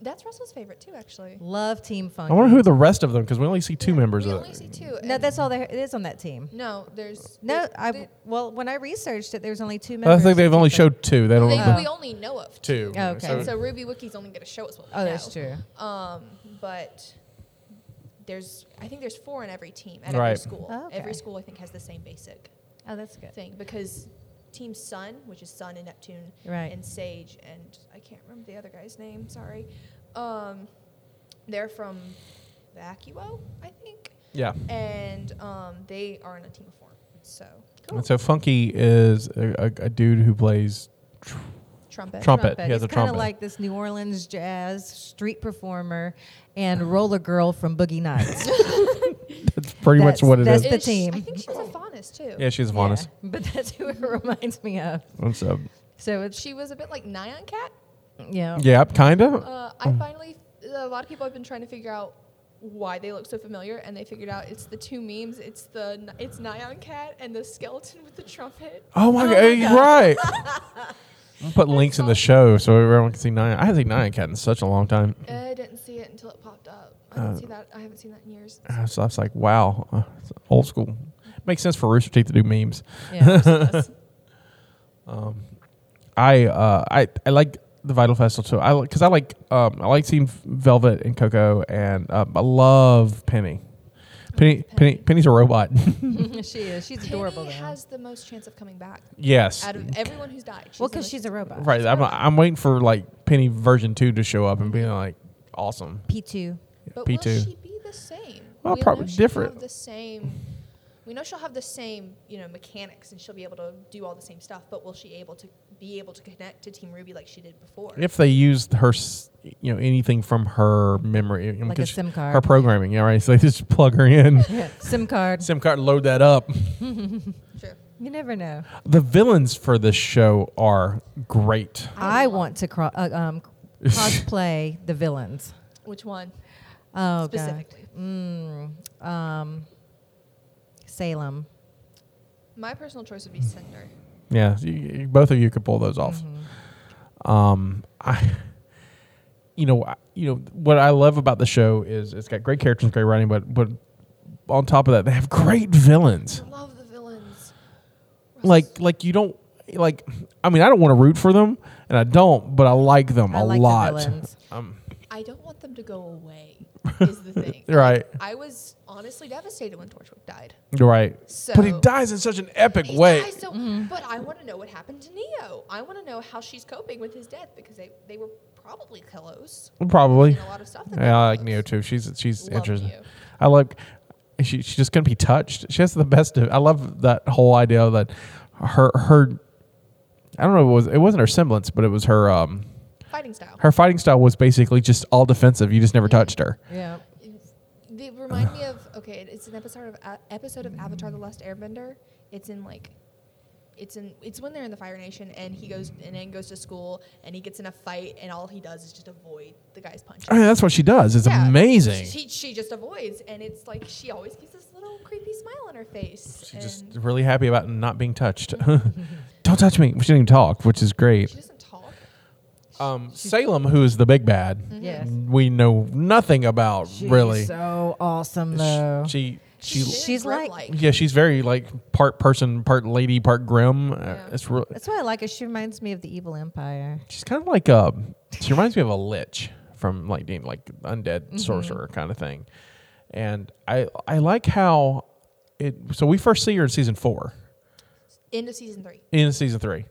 That's Russell's favorite too, actually. Love Team Funky. I wonder who the rest of them, because we only see two members we of only see it. two. No, and- that's all there it is on that team. no. There's No, there's- I there- well when I researched it, there's only two members. I think of they've Team only Funky. showed two. They don't. they, know. we only know of two. two. Oh, okay. And So, so Ruby Wiki's only going to show us what we Oh, know. that's true. Um, but there's I think there's four in every team at Right. every school. Oh, okay. Every school I think has the same basic Oh, that's good. thing because Team Sun, which is Sun and Neptune, Right. and Sage, and I can't remember the other guy's name. Sorry, um, they're from Vacuo, I think, yeah. and um, they are in a team of four. So cool. And so Funky is a, a, a dude who plays. tr- trumpet. Trumpet. He has He's a kind of trumpet. like this New Orleans jazz street performer and roller girl from <laughs> Boogie Nights. That's pretty That's- much what it that's is. the And she- I team. think she's a Faunus too. yeah, she's a Vaughnus. Yeah, but that's who it <laughs> reminds me of. And so, So it's She was a bit like Nyan Cat. yeah. yeah, kind of. Uh, I finally, a lot of people have been trying to figure out why they look so familiar, and they figured out it's the two memes. It's the it's Nyan Cat and the skeleton with the trumpet. Oh my god, you're right. I'm putting links in the show so everyone can see Nyan. I haven't seen Nyan Cat in such a long time. Uh, I didn't see it until it popped up. I Uh, didn't see that. I haven't seen that in years. I was, I was like, wow, uh, it's old school. Makes sense for Rooster Teeth to do memes. yeah. I uh, I I like the Vital Festival too. I because I like um, I like seeing Velvet and Coco, and um, I love Penny. Penny, Penny, Penny's a robot. <laughs> <laughs> she is. She's adorable. Penny Though. has the most chance of coming back yes, out of everyone who's died. well, the because most- she's a robot. right. I'm I'm waiting for like Penny version two to show up and be like awesome. P two. But P will two. she be the same? Well, We know probably she'll different. have The same. We know she'll have the same, you know, mechanics, and she'll be able to do all the same stuff. But will she able to be able to connect to Team Ruby like she did before? if they used her, s- you know, anything from her memory, you know, Like a 'cause SIM her card. programming. Yeah, right. So they just plug her <laughs> in, Sim card. SIM card, load that up. Sure. You never know. The villains for this show are great. I, want to cro- uh, um, cosplay <laughs> the villains. Which one Oh god. specifically? Mm, um, Salem. My personal choice would be Cinder. Yeah, you, you- both of you could pull those off. Um, I, you know, I, you know what I love about the show is it's got great characters, great writing, but but on top of that, they have great villains. I love the villains. Like like you don't like. I mean, I don't want to root for them, and I don't, but I like them I a like lot. the <laughs> villains. I don't want them to go away. is the thing. Right. I was honestly devastated when Torchwick died. You're right. but he So- dies in such an epic He way. dies, so- Mm-hmm. But I want to know what happened to Neo. I want to know how she's coping with his death because they, they were probably close. Probably. Seen a lot of stuff that Yeah, I like goes. Neo too. She's she's Love interesting. Neo. I like she she just couldn't be touched. She has the best of I love that whole idea that her her I don't know it was it wasn't her semblance, but it was her um fighting style. Her fighting style was basically just all defensive. You just never touched her. Yeah. They remind me of okay. it- It's an episode of A- episode of Avatar: The Last Airbender. It's in like, it's in it's when they're in the Fire Nation and he goes and then goes to school and he gets in a fight and all he does is just avoid the guy's punches. I mean, that's what she does. It's Yeah. amazing. She, she just avoids and it's like she always keeps this little creepy smile on her face. She's just and really happy about not being <laughs> touched. <laughs> Don't touch me. She didn't even talk, which is great. she doesn't talk. Um, Salem, who is the big bad, Mm-hmm. Yes. we know nothing about Mm-hmm. She's Mm, really. So awesome Sh- though. She she very she's like- grim-like. yeah, she's very like part person, part lady, part grim. Uh, Yeah. it's real That's why I like her. She reminds me of the Evil Empire. she's kind of like a she reminds me of a lich from like being like Mm-hmm. undead sorcerer kind of thing. And I I like how it so we first see her in season 4 End of season three, in season 3.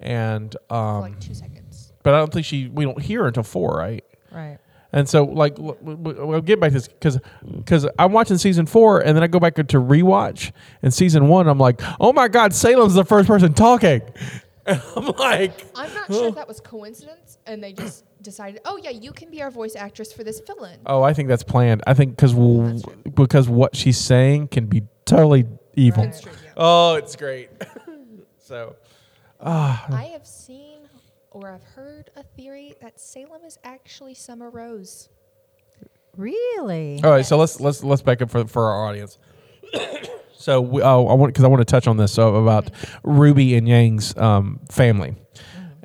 And for um Mm-hmm. like two seconds. but I don't think she we don't hear her until 4, right? Right. And so, like, w- w- we'll get back to this because I'm watching season four, and then I go back to rewatch. And season one, I'm like, oh my god, Salem's the first person talking. <laughs> And I'm like, I'm not sure if that was coincidence and they just decided, oh yeah, you can be our voice actress for this fill-in. oh, I think that's planned. I think because we'll, because what she's saying can be totally evil. That's true. Yeah. Oh, it's great. <laughs> so I have seen or I've heard a theory that Salem is actually Summer Rose. Really? All right, so let's let's let's back up for for our audience. <coughs> so we, oh, I want because I want to touch on this so about Ruby and Yang's um, family,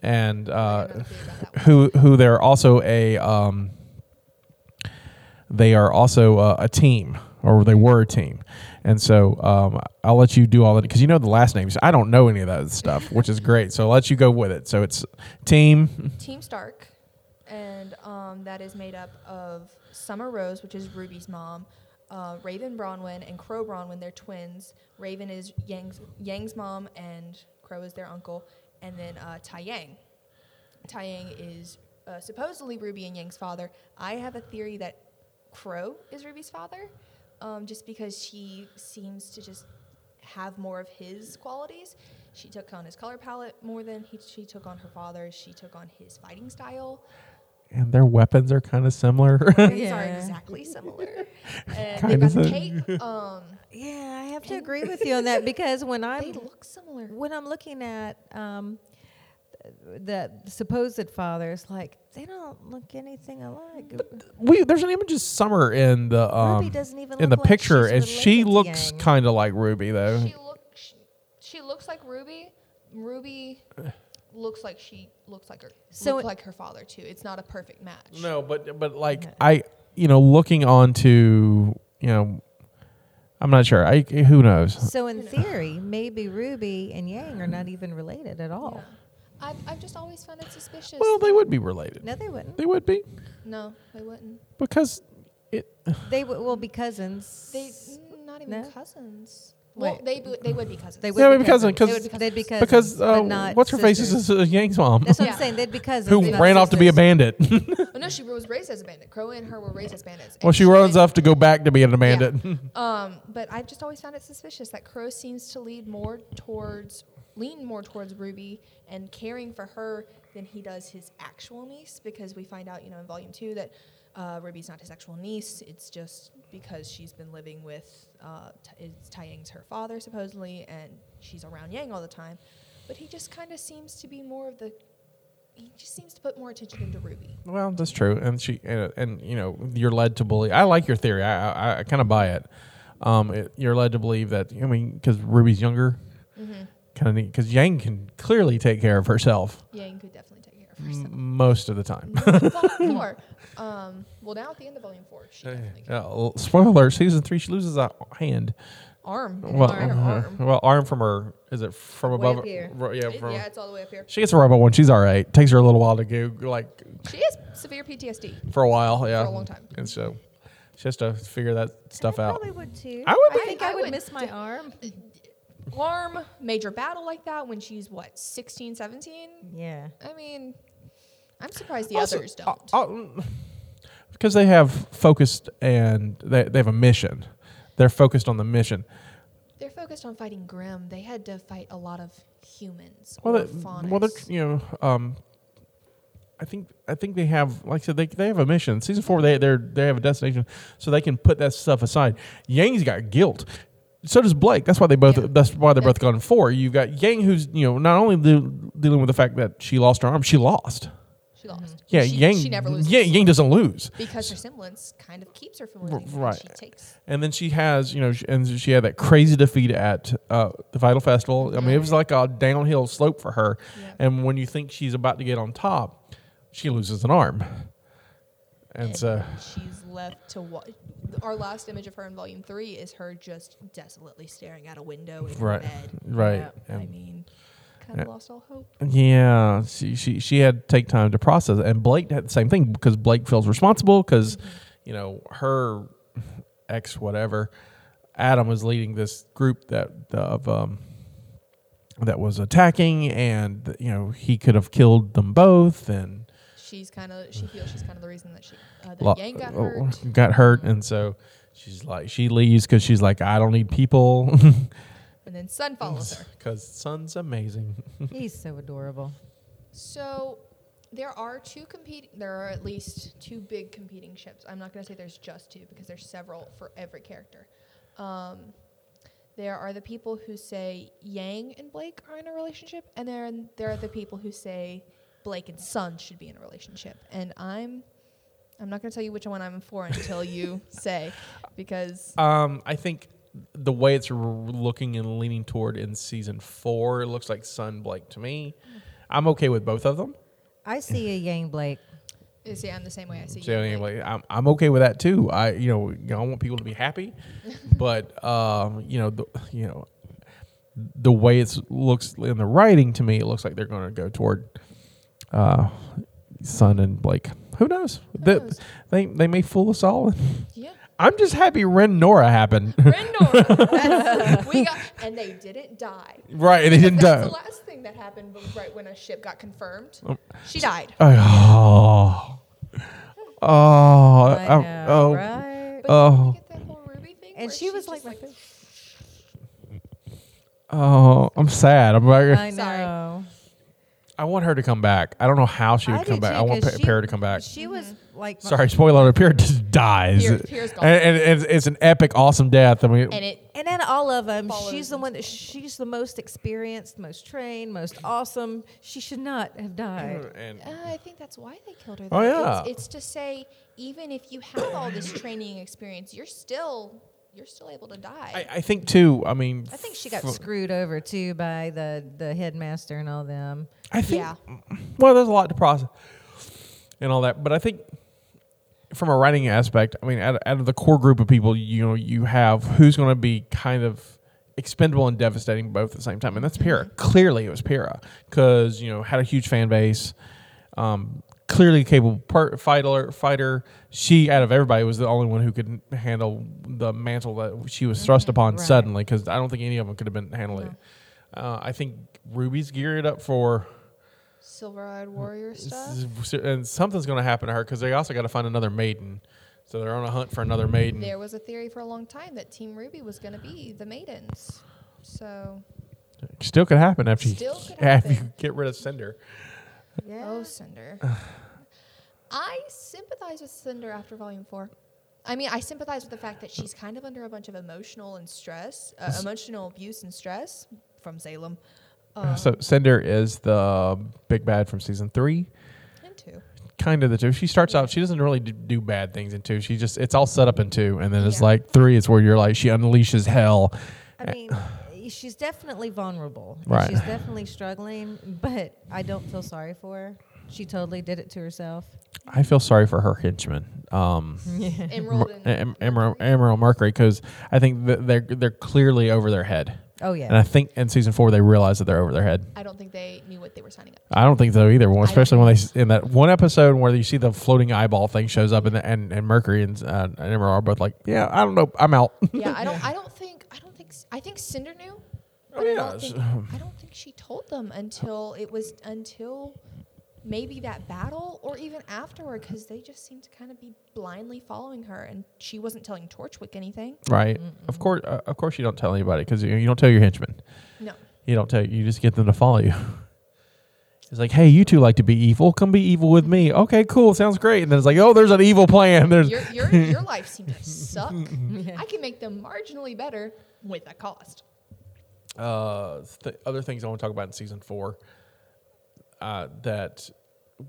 and uh, another theory about that who who they're also a um, they are also uh, a team or they were a team, and so um, I'll let you do all that because you know the last names. I don't know any of that stuff, which is great. So I'll let you go with it. So it's team. Team Stark, and um, that is made up of Summer Rose, which is Ruby's mom, uh, Raven Bronwyn, and Crow Bronwyn. They're twins. Raven is Yang's Yang's mom, and Crow is their uncle. And then uh, Tai Yang. Tai Yang is uh, supposedly Ruby and Yang's father. I have a theory that Crow is Ruby's father, um, just because she seems to just have more of his qualities. She took on his color palette more than he, she took on her father's. She took on his fighting style. And their weapons are kind of similar. <laughs> Weapons <laughs> are Yeah. exactly similar. And Kinda they've got the so. cape. Um, Yeah, I have to agree <laughs> with you on that because when they I'm look similar. when I'm looking at um, the supposed fathers, like they don't look anything alike. we there's an image of Summer in the um, doesn't even in look the like picture, she's and she related to looks Yang. kind of like Ruby though. She look she, she looks like Ruby. Ruby looks like she looks like her So looked it- like her father too. It's not a perfect match. no, but but like I, you know, looking onto you know, I'm not sure. I who knows. So in theory, maybe Ruby and Yang are not even related at all. Yeah. I've, I've just always found it suspicious. Well, they would be related. No, they wouldn't. They would be No, they wouldn't. because it. They w- will be cousins. They mm, not even No? cousins. Well, Wait. they bu- they would be cousins. They would Yeah, be but because cousins. because- They would be They'd be cousins, Because but uh, not what's her face is sisters. uh, Yang's mom, That's what Yeah. I'm saying. They'd be cousins. who they're not ran off to be a sisters. bandit. <laughs> Oh, no, she was raised as a bandit. Crow and her were raised as bandits. well, And she runs went- off to go back to being a bandit. Um, but I've just always found it suspicious that Crow seems to lead more towards lean more towards Ruby and caring for her than he does his actual niece because we find out, you know, in volume two that uh, Ruby's not his actual niece. It's just because she's been living with uh, Ta- it's Tai Yang's her father supposedly, and she's around Yang all the time. But he just kind of seems to be more of the. He just seems to put more attention into Ruby. Well, that's true, and she and, and you know you're led to believe. I like your theory. I I, I kind of buy it. Um, it- You're led to believe that I mean because Ruby's younger, kind of because Yang can clearly take care of herself Yang could definitely take care of m- herself. Mm-hmm. most of the time. volume four. Um, well, now at the end of volume four, she definitely can. Yeah, l- spoiler alert, season three, she loses a hand. arm. Well, entire uh, arm. well, arm from her is it from above? up here. ro- yeah, It- from. yeah, it's all the way up here. She gets a robot one. She's all right. Takes her a little while to go like She has severe PTSD. for a while. Yeah, long time. And so she has to figure that stuff I out. probably would too. I would be- I think I I would would. miss my <laughs> arm. Arm, major battle like that when she's what, 16, 17? Yeah. I mean, I'm surprised the Also, others don't. uh, uh, because they have focused and they, they have a mission. They're focused on the mission. They're focused on fighting Grimm. They had to fight a lot of humans. Well, or they, well, they're faunus. you know, um, I think I think they have, like I said, they, they have a mission. Season four, they they they have a destination, so they can put that stuff aside. Yang's got guilt. So does Blake. That's why they both. Yeah. That's why they're both gone four. You've got Yang, who's you know not only de- dealing with the fact that she lost her arm, she lost. She lost. Yeah, she, Yang. She never loses. Yeah, Yang doesn't lose. because her semblance kind of keeps her from losing. right. She takes. And then she has, you know, sh- and she had that crazy defeat at uh, the Vital Festival. I mean, it was like a downhill slope for her. Yeah. And when you think she's about to get on top, she loses an arm. And so, she's left to watch. Our last image of her in Volume Three is her just desolately staring out a window in right, her bed. right. Yeah, I And- mean, kind of lost all hope. Yeah, she, she she had to take time to process, it. and Blake had the same thing because Blake feels responsible because, you know, her ex whatever, Adam was leading this group that of um that was attacking, and you know he could have killed them both, and She's kind of. She feels she's kind of the reason that she uh, that lo- Yang got uh, hurt. got hurt, and so she's like she leaves because she's like I don't need people And then Sun follows <laughs> her. because Sun's amazing. He's <laughs> so adorable. So there are two competing. There are at least two big competing ships. I'm not going to say there's just two because there's several for every character. Um, there are the people who say Yang and Blake are in a relationship, and there there are the people who say Blake and Sun should be in a relationship. And I'm I'm not going to tell you which one I'm for until you say because Um, I think the way it's r- looking and leaning toward in season four, it looks like Sun Blake to me. I'm okay with both of them. I see a Yang Blake. you see, I'm the same way I see So you. Blake. anyway, I'm, I'm okay with that too. I you know, you know I want people to be <laughs> happy, but um, you know the you know the way it's looks in the writing to me, it looks like they're going to go toward uh, Sun and Blake. Who knows? The- knows? They they may fool us all. <laughs> Yeah. I'm just happy Ren Nora happened. <laughs> Rendor. <laughs> That's- we got, and they didn't die. right, and they didn't That's die. the last thing that happened bef- right when a ship got confirmed. Um, She died. Oh. Oh. I Oh. know, oh. right? But didn't we oh. get that whole Ruby thing where And she was like, just like Oh, I'm sad. I'm like, I I, Sorry. know. want her to come back. I don't know how she would I do come back. too, I want 'cause Pa- she- Pear to come back. She was like, my- Sorry, spoiler alert. Pear just dies. Pear- Pear's gone. And, and it's, it's an epic, awesome death. I mean, and it And then all of them, Follows she's the and one that she's the most experienced, most trained, most awesome. She should not have died. and- uh, I think that's why they killed her. Oh, though. yeah. It's, it's to say even if you have all this training experience, you're still you're still able to die. I, I think too. I mean, I think she got f- screwed over too by the the headmaster and all them. I think. yeah. Well, there's a lot to process and all that, but I think from a writing aspect, I mean, out, out of the core group of people, you know, you have who's going to be kind of expendable and devastating both at the same time, and that's Pyrrha. Clearly, it was Pyrrha because you know had a huge fan base, um, clearly capable part, fighter. Fighter. She, out of everybody, was the only one who could handle the mantle that she was thrust upon Right. suddenly because I don't think any of them could have been handling it. Uh, I think Ruby's geared up for Silver eyed warrior stuff. S- s- And something's going to happen to her because they also got to find another maiden. So they're on a hunt for another maiden. There was a theory for a long time that Team Ruby was going to be the maidens. So, Still could happen after you, Still <laughs> could after you happen. get rid of Cinder. Yeah. oh, Cinder. <sighs> I sympathize with Cinder after Volume 4. I mean, I sympathize with the fact that she's kind of under a bunch of emotional and stress, uh, emotional abuse and stress from Salem. Um, so Cinder is the big bad from season three. and two. Kind of the two. She starts out, she doesn't really d- do bad things in two. She just, it's all set up in two. And then it's Yeah. like three is where you're like, she unleashes hell. I mean, <sighs> she's definitely vulnerable. and Right. She's definitely struggling, but I don't feel sorry for her. She totally did it to herself. I feel sorry for her henchman. Um, Enrolled in. Em- Emerald, Emerald Mercury, because I think that they're they're clearly over their head. Oh And I yeah. think in season four they realize that they're over their head. I don't think they knew what they were signing up. I don't think so either. Well, I don't especially when they s- in that one episode where you see the floating eyeball thing shows up, and the, and, and Mercury and uh, and Emerald are both like, "Yeah, I don't know, I'm out." <laughs> <laughs> yeah, I don't. I don't think. I don't think. s- I think Cinder knew. But I, don't yes. think, I don't think she told them until it was until maybe that battle or even afterward because they just seemed to kind of be blindly following her and she wasn't telling Torchwick anything. right? Of course, uh, of course, you don't tell anybody because you, you don't tell your henchmen. No. You don't tell. You just get them to follow you. <laughs> It's like, hey, you two like to be evil. Come be evil with me. Okay, cool. Sounds great. And then it's like, oh, there's an evil plan. There's Your, your, your life seemed to <laughs> suck. I can make them marginally better with a cost. uh, th- other things I want to talk about in season four. Uh, that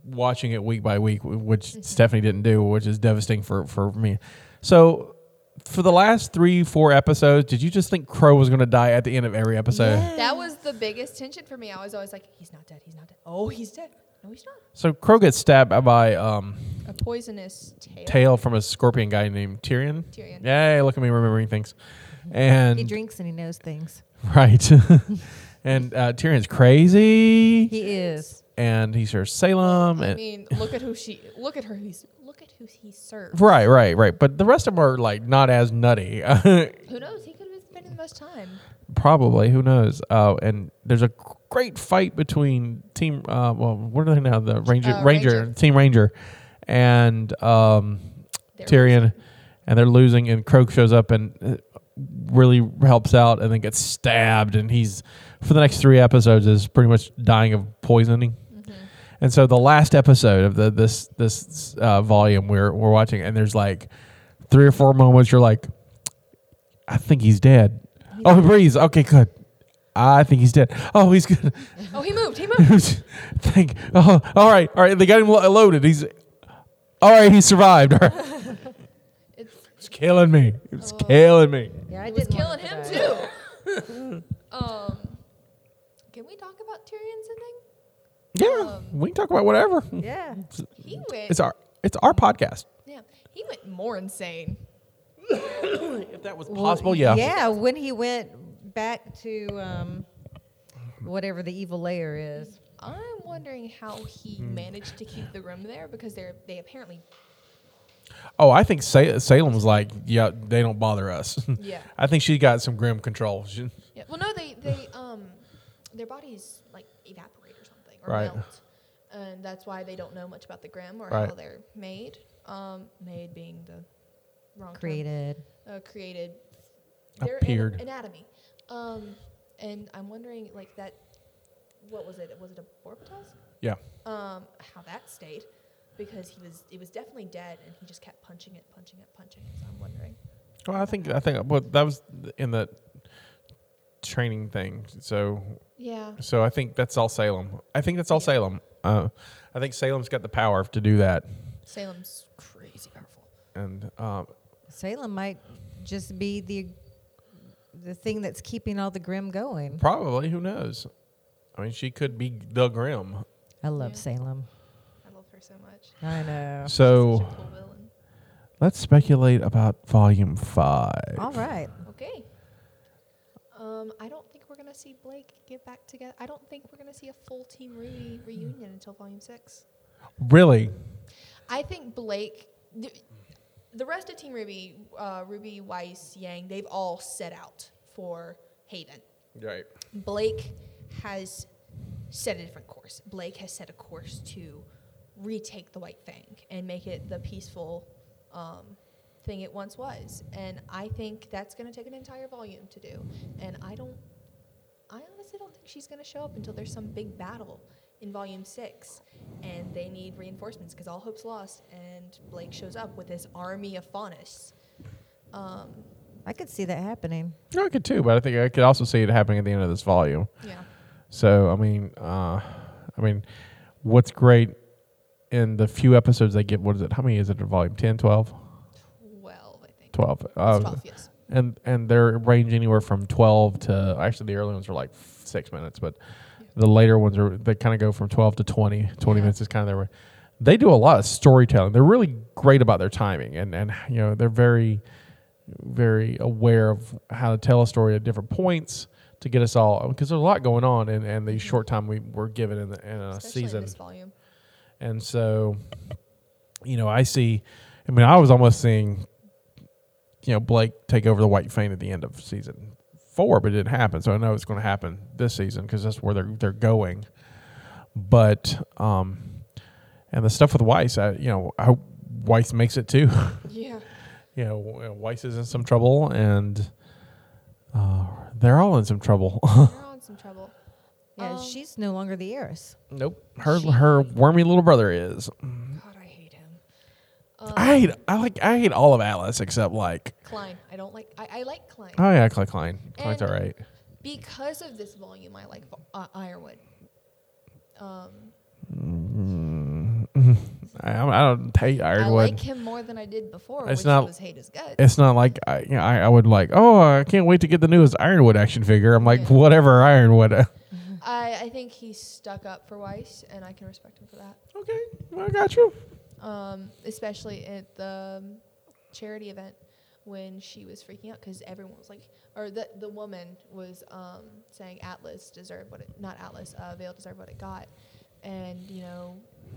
watching it week by week, w- which <laughs> Stephanie didn't do, which is devastating for for me. So, for the last three four episodes, did you just think Crow was going to die at the end of every episode? That was the biggest tension for me. I was always like, he's not dead. He's not dead. Oh, he's dead. No, he's not. So Crow gets stabbed by um, A poisonous tail. tail from a scorpion guy named Tyrion. Tyrion. Yay! Look at me remembering <laughs> things. And He drinks and he knows things. <laughs> <laughs> Right. and uh, Tyrion's crazy. He is. and he serves Salem. I And, mean, look at who she. Look at her. He's look at who he served. right, right, right. But the rest of them are like not as nutty. <laughs> Who knows? He could have been spending the most time. Probably. Who knows? Uh, and there's a great fight between Team, uh, well, what are they now? The Ranger, Uh, Ranger, Ranger. Team Ranger, and um, They're Tyrion. And they're losing, and Croak shows up and uh, really helps out and then gets stabbed. And he's, for the next three episodes, is pretty much dying of poisoning. And so the last episode of the this this uh, volume we're we're watching, and there's like three or four moments you're like, I think he's dead. Oh, Breeze. Okay, good. I think he's dead. Oh, he's good. Oh, he moved. He <laughs> moved. <laughs> Thank. Oh, all right, all right. They got him lo- loaded. He's all right. He survived. <laughs> All right. It's, It's killing me. It's killing me. Yeah, I it was didn't want killing him to die. too. <laughs> um, can we talk about Tyrion's ending? Yeah, we can talk about whatever. Um, Yeah. He went. It's our it's our podcast. yeah, he went more insane. If that was Well, Yeah, when he went back to um, whatever the evil layer is. I'm wondering how he Hmm. managed to keep the room there because they're they apparently Oh, I think Sa- Salem's like, yeah, they don't bother us. <laughs> Yeah. I think she got some grim control. <laughs> She- yeah. well no they they um their bodies like evaporate or something or Right. melt and that's why they don't know much about the grim or how Right. they're made um made being the wrong term. Created. uh, created their ana- Appeared. anatomy um and I'm wondering like that what was it was it a borbitas yeah. um, how that stayed because he was it was definitely dead and he just kept punching it, punching it, punching it. So I'm wondering. Well, I think I think well, that was in the training thing. So Yeah. so I think that's all Salem. I think that's all Salem. Uh, I think Salem's got the power to do that. Salem's crazy powerful. And um, Salem might just be the the thing that's keeping all the grim going. probably who knows? I mean, she could be the Grim. I love Yeah. Salem. I love her so much. She's I know. such So a cool villain. let's speculate about Volume Five. All right. Okay. Um, I don't think we're gonna see Blake get back together. I don't think we're gonna see a full team Rudy reunion until Volume Six. Really? I think Blake, the, the rest of Team Ruby, uh, Ruby, Weiss, Yang, they've all set out for Haven. Right. Blake has set a different course. Blake has set a course to retake the White Fang and make it the peaceful um, thing it once was. And I think that's going to take an entire volume to do. And I don't, I honestly don't think she's going to show up until there's some big battle in volume six and they need reinforcements because all hope's lost and blake shows up with his army of faunus um, I could see that happening. I could too, but I think I could also see it happening at the end of this volume. yeah So I mean, uh, I mean, what's great in the few episodes they get? What is it? How many is it in volume 10, 12? 12 i think 12. It's Uh, 12 yes and and their range anywhere from twelve to actually the early ones are like six minutes, but the later ones are they kind of go from twelve to 20. 20 Yeah. minutes is kind of their way. They do a lot of storytelling. They're really great about their timing, and and you know they're very very aware of how to tell a story at different points to get us all because there's a lot going on in and the short time we were given in, the, in a Mm-hmm. Especially in Uh, season. this volume. And so, you know, I see. I mean, I was almost seeing, you know, Blake take over the White Fang at the end of season four, but it didn't happen. So I know it's going to happen this season because that's where they're they're going. But um, and the stuff with Weiss, I you know, I hope Weiss makes it too. <laughs> Yeah. you know, W- uh, Weiss is in some trouble, <laughs> and uh, they're all in some trouble. They're all in some trouble. Yeah, Um, she's no longer the heiress. Nope. Her her wormy little brother is. God, I hate him. Um, I hate I like I hate all of Alice except like Klein. I don't like. I, I like Klein oh yeah, Clyde Klein. Klein's all And- right. because of this volume. I like vo- uh, Ironwood. Um, Mm-hmm. <laughs> I, I don't hate I Ironwood. like him more than I did before, It's which not- was hate his guts. it's not like I, you know, I I would like oh I can't wait to get the newest Ironwood action figure. I'm like Yeah. whatever Ironwood. <laughs> I, I think he stuck up for Weiss, and I can respect him for that. okay, well, I got you. Um, especially at the um, charity event when she was freaking out because everyone was like, or the the woman was um, saying Atlas deserved what it, not Atlas, uh, Vale deserved what it got, and you know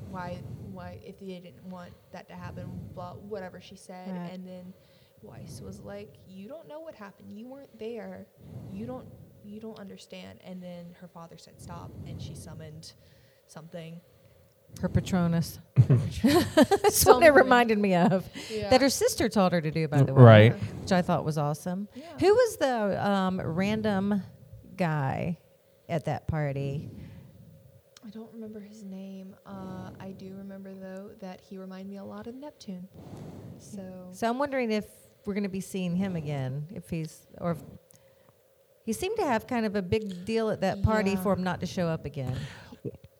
why why if they didn't want that to happen, blah whatever she said, Right. and then Weiss was like, you don't know what happened, you weren't there, you don't you don't understand, and then her father said stop, and she summoned something. Her <laughs> Patronus. That's what it Something. reminded me of. Yeah. That her sister taught her to do, by the way. Right. Which I thought was awesome. Yeah. Who was the um, random guy at that party? I don't remember his name. Uh, I do remember though that he reminded me a lot of Neptune. So So I'm wondering if we're going to be seeing him again. If he's or if he seemed to have kind of a big deal at that party Yeah. for him not to show up again.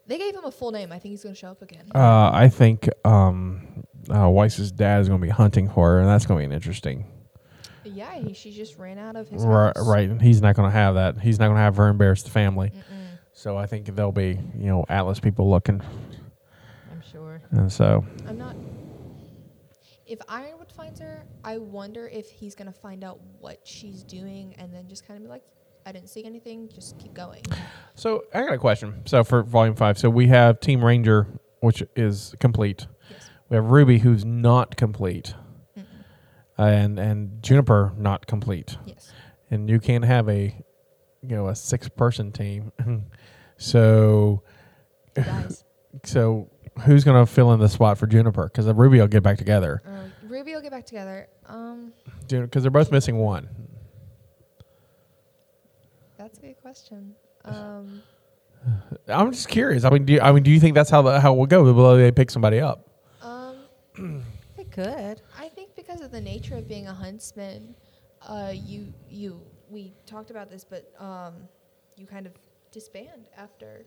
they gave him a full name. I think he's gonna show up again. Uh, I think um, uh, Weiss's dad is going to be hunting for her, and that's going to be an interesting. yeah, he, she just ran out of his Right, house. right, and he's not going to have that. He's not going to have her embarrass the family. So I think there'll be you know Atlas people looking, I'm sure. and so I'm not. If Ironwood finds her, I wonder if he's gonna find out what she's doing and then just kind of be like, "I didn't see anything. Just keep going." so I got a question. So for volume five, so we have Team Ranger, which is complete. Yes. We have Ruby, who's not complete, and and Juniper not complete. Yes. and you can't have a you know a six person team <laughs> so He dies. so who's going to fill in the spot for juniper because ruby will get back together Uh, Ruby will get back together. Um, because they're both missing one that's a good question. Um, i'm just curious i mean do you, i mean do you think that's how the, how it will go will they pick somebody up um, They could. I think because of the nature of being a huntsman, uh, you you we talked about this, but um, you kind of disband after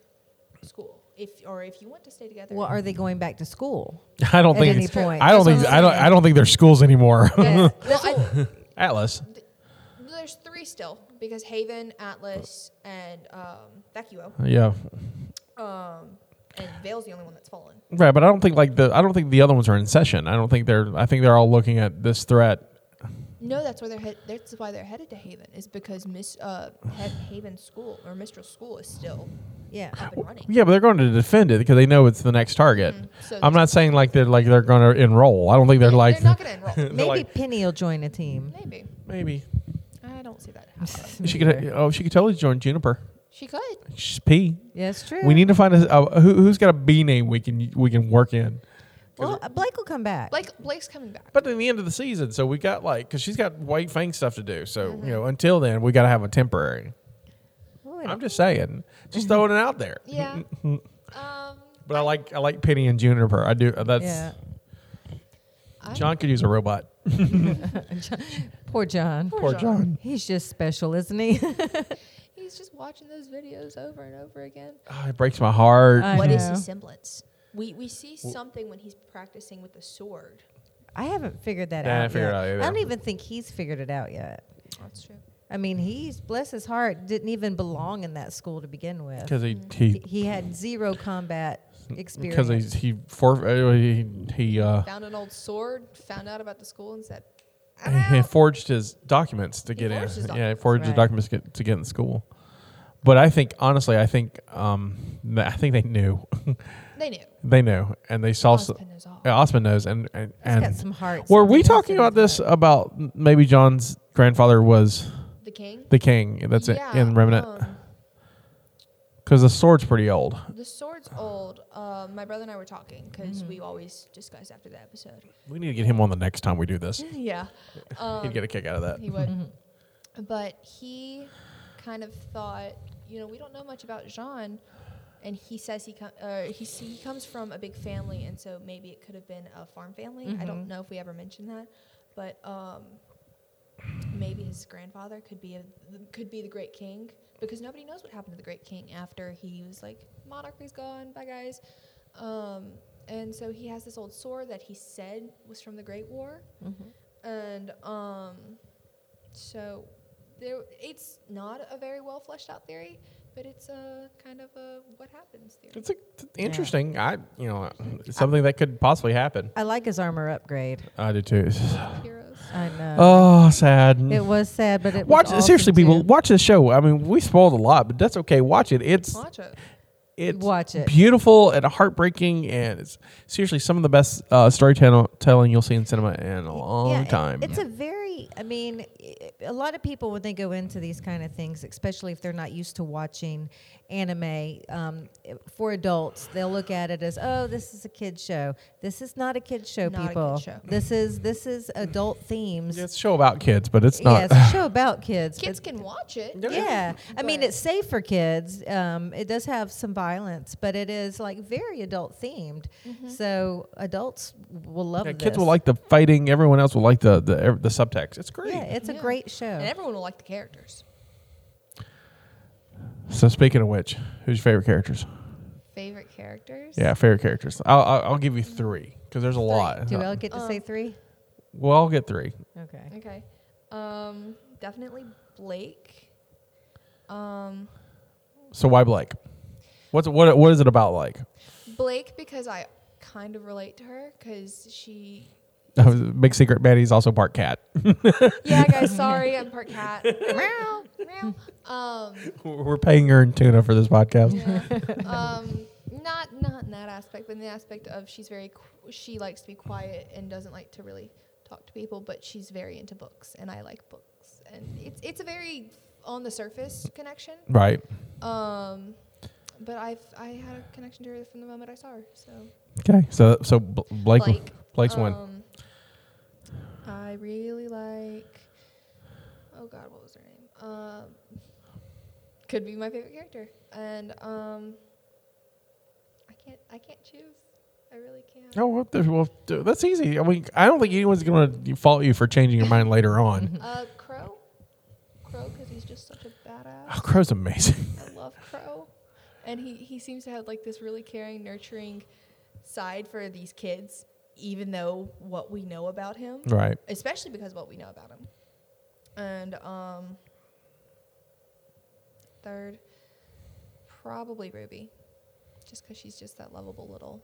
school if or if you want to stay together. Well, are they going back to school? <laughs> i don't At think any it's- point. i don't That's think what i I'm don't saying. i don't think there's schools anymore Yes. Well, I- <laughs> atlas there's three still because Haven, Atlas, and um, Vacuo. yeah Um, and Vale's the only one that's fallen. right but i don't think like the i don't think the other ones are in session i don't think they're i think they're all looking at this threat No, that's where they're head. That's why they're headed to Haven is because Miss uh, he- Haven School or Mistress School is still Yeah. up and running. Yeah, but they're going to defend it because they know it's the next target. Mhm. So I'm not saying like they're like they're going to enroll. I don't think they're like they're not <laughs> going to enroll. they're Maybe like, Penny will join a team. Maybe. Mm-hmm. maybe I don't see that <laughs> happening. she could. Oh, she could totally join Juniper. She could. She's P. Yeah, it's true. We need to find a, a who, who's got a B name we can we can work in. Well, uh, Blake will come back. Blake Blake's coming back. But in the end of the season, so we got like because she's got White Fang stuff to do. So Mm-hmm. you know, until then, we got to have a temporary. Wait a- I'm just saying, just throwing it out there. Mm-hmm. yeah. <laughs> um, But I like I like Penny and Juniper. I do. That's <laughs> yeah. <laughs> I- John could use a robot. Poor John. Poor John. He's just special, isn't he? <laughs> He's just watching those videos over and over again. Oh, it breaks my heart. I What is know. his semblance? We we see something when he's practicing with the sword. I haven't figured that Nah, I out. haven't figured it yet. out either. I don't even think he's figured it out yet. That's true. I mean, he's bless his heart didn't even belong in that school to begin with. Because he, He- he He had zero combat e-, experience. because he he for, uh, he, he uh Found an old sword. Found out about the school and said, he forged his documents to He get in. forged his yeah, he documents, forged his right. documents to get, to get in school. But I think honestly, I think um th- I think they knew, <laughs> "They knew." they knew, and they saw. s- Osman knows all. yeah, Osman knows, and and, he's got and some heart. were something we else talking in his about this life. about m- maybe John's grandfather was The king. the king? That's it Yeah, in Remnant um, because the sword's pretty old. the sword's old. Uh, my brother and I were talking because we always discuss after the episode. We need to get him on the next time we do this. <laughs> yeah. Um, uh, Mm-hmm, He'd get a kick out of that. He would. But he kind of thought you know, we don't know much about Jean, and he says he com- uh, he s- he comes from a big family, and so maybe it could have been a farm family. I don't know if we ever mentioned that, but um, maybe his grandfather could be a, th- could be the Great King because nobody knows what happened to the Great King after he was like monarchy's gone, bye guys. Um, and so he has this old sword that he said was from the Great War, mm-hmm. and um, so there it's not a very well fleshed out theory, but it's a kind of a what happens theory. It's, like, it's interesting. I, you know, it's something that could possibly happen. I like his armor upgrade. I do too. Heroes. I know. Oh, sad. Uh, It was sad, but it watch was awesome seriously, people. too. Watch the show. I mean, we spoiled a lot, but that's okay. Watch it. It's Watch it. it's Watch it. beautiful and heartbreaking, and it's seriously some of the best uh, storytelling you'll see in cinema in a long Yeah, it- time. It's a very, I mean, i- a lot of people when they go into these kind of things, especially if they're not used to watching anime um, i- for adults, they'll look at it as, oh, this is a kid show. This is not a kid show, Not a kid people. show. This is this is adult themes. Yeah, it's a show about kids, but it's not. Yeah, it's a show about kids. Kids but- can watch <laughs> it. Yeah. yeah, I mean But- it's safe for kids. Um, it does have some violence, but it is like very adult themed. Mm-hmm. So adults will love Yeah, this. kids will like the fighting. Everyone else will like the the, ev- the subtext. It's great. Yeah, it's a Yeah. great show. And everyone will like the characters. So speaking of which, who's your favorite characters? Favorite characters? Yeah, favorite characters. I'll I'll, I'll give you three because there's a lot. Do we all get to say Um, three? well, I'll get three. <laughs> Okay. Okay. Um, definitely Blake. Um, So why Blake? What's what what is it about <laughs> like? Blake because I kind of relate to her because <laughs> she. Oh, Big secret, Maddie's also part cat. Yeah, guys. Sorry, I'm <laughs> part cat. meow, meow. Um, We're paying her in tuna for this podcast. yeah. um, not not in that aspect, but in the aspect of she's very qu- she likes to be quiet and doesn't like to really talk to people, but she's very into books, and I like books, and it's it's a very on the surface connection. Right. Um, but I've I had a connection to her from the moment I saw her. So Okay. So so B- Blake Blake's one. um, I really like. Oh God, what was her name? Um, could be my favorite character, and um, I can't I can't choose. I really can't. Oh well, there's- well, d- that's easy. I mean, I don't think anyone's going to fault you for changing your mind later on. Uh, Crow, Crow, because he's just such a badass. Oh, Crow's amazing. I love Crow. And he, he seems to have like this really caring, nurturing side for these kids, even though what we know about him, Right. especially because what we know about him. And um, third, probably Ruby, just because she's just that lovable little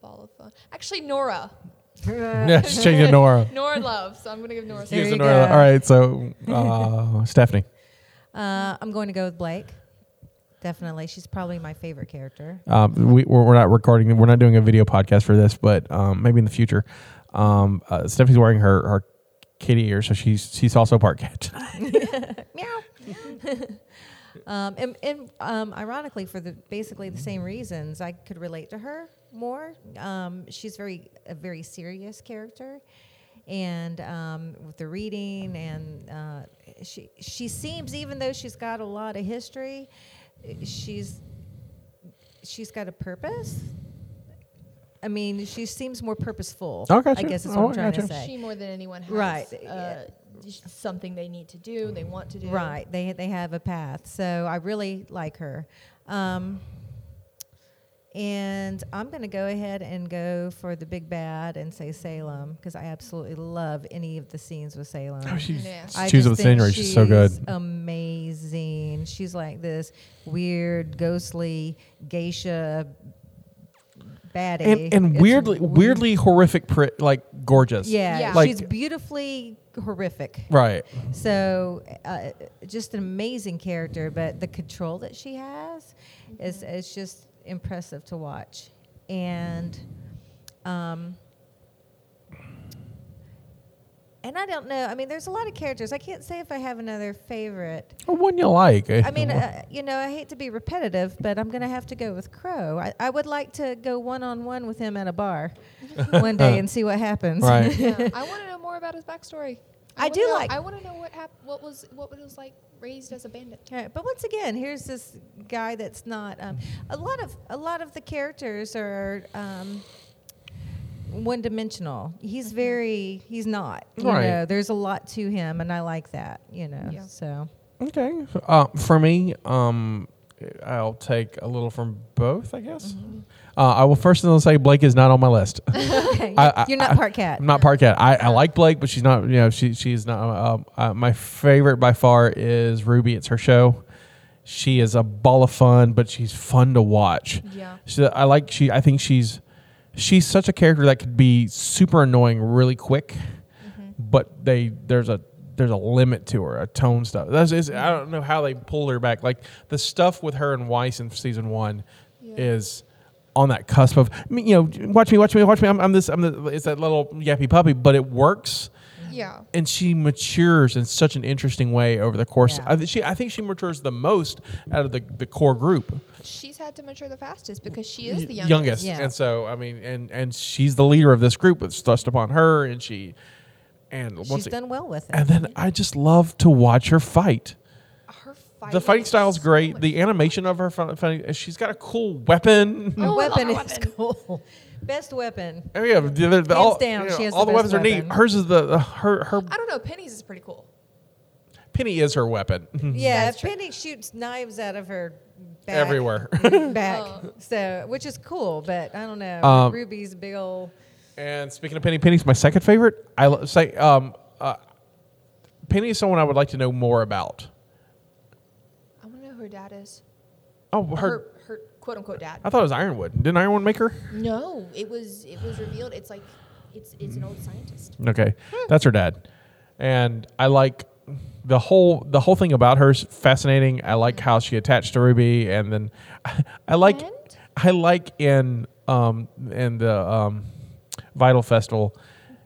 ball of fun. Actually, Nora. <laughs> Yeah, just changing Nora. Nora loves, so I'm going to give Nora. There Using you Nora. go. All right. So uh, Stephanie. Uh, I'm going to go with Blake. Definitely, she's probably my favorite character. Um, we, we're, we're not recording. We're not doing a video podcast for this, but um, maybe in the future. Um, uh, Stephanie's wearing her, her kitty ear, so she's she's also part cat. Meow. <laughs> um, and and um, ironically, for the basically the same reasons, I could relate to her more. Um, she's very a very serious character, and um, with the reading, and uh, she she seems even though she's got a lot of history, she's she's got a purpose. I mean, she seems more purposeful. Oh, gotcha. I guess is what Oh, I'm trying gotcha. to say. She more than anyone has Right, uh, yeah. just something they need to do, they want to do. Right. They they have a path. So I really like her. Um, and I'm going to go ahead and go for the big bad and say Salem because I absolutely love any of the scenes with Salem. <laughs> Oh, she's Yeah. I choose just of the think scenery. She's so good. she's Amazing. She's like this weird, ghostly geisha baddie. And, and It's weirdly, weird. weirdly horrific, pri- like gorgeous. Yeah, Yeah. Like- she's beautifully horrific. Right. So, uh, just an amazing character, but the control that she has is it's just impressive to watch. And, um, and I don't know. I mean, there's a lot of characters. I can't say if I have another favorite. Well, one you like. I mean, uh, you know, I hate to be repetitive, but I'm going to have to go with Crow. I, I would like to go one on one with him at a bar one day and see what happens. right. <laughs> Yeah. I want to know more about his backstory. I, I wanna do know- like- I want to know what hap- What was what it was like raised as a bandit. All right, but once again, here's this guy that's not. Um, a lot of a lot of the characters are um, one dimensional. He's Mm-hmm. very. He's not. You Right. know, there's a lot to him, and I like that. You know. Yeah. <laughs> So. Okay. Uh, for me, um, I'll take a little from both, I guess. Mm-hmm. Uh, I will first of all say Blake is not on my <laughs> list. Okay. I- I- You're not I- Mm, part cat. I'm not part cat. I, I like Blake, but she's not. You know, she she's not. Um, uh, my favorite by far is Ruby. It's her show. She is a ball of fun, but she's fun to watch. Yeah. She, I like she. I think she's she's such a character that could be super annoying really quick, Mm-hmm. but they there's a there's a limit to her. A tone stuff. That's is I don't know how they pulled her back. Like the stuff with her and Weiss in season one Yeah. is on that cusp of I mean, you know watch me watch me watch me I'm, I'm this I'm the, it's that little yappy puppy but it works Yeah. and she matures in such an interesting way over the course Yeah. I, think she, I think she matures the most out of the, the core group She's had to mature the fastest because she is the youngest, youngest. Yeah. and so I mean and and she's the leader of this group it's thrust upon her and she and She's once it- done well with it. and then I just love to watch her fight Her fighting the fighting is style's so great much- the animation of her fi- fighting she's got a cool weapon <laughs> <laughs> Her Oh, I love <laughs> weapon her is weapon. cool. <laughs> Best weapon. Oh yeah, the, the, the, all, down, you know, she has the all the, best weapons are neat. weapon. Hers is the, the her her I don't know. Penny's is pretty cool. penny is her weapon. <laughs> Yeah, Penny shoots knives out of her back, Everywhere. <laughs> <laughs> back. Oh. So, which is cool, but I don't know. Um, Ruby's big old. and speaking of penny, penny's my second favorite. I lo- say um, uh, penny is someone I would like to know more about. I want to know who her dad is. Oh, her, Her, her quote unquote dad. I thought it was Ironwood. Didn't Ironwood make her? No, it was it was revealed. It's like it's it's an old scientist. Okay, that's her dad, and I like the whole the whole thing about her is fascinating. I like how she attached to Ruby, and then <laughs> I, like And? I like in um in the um Vital Festival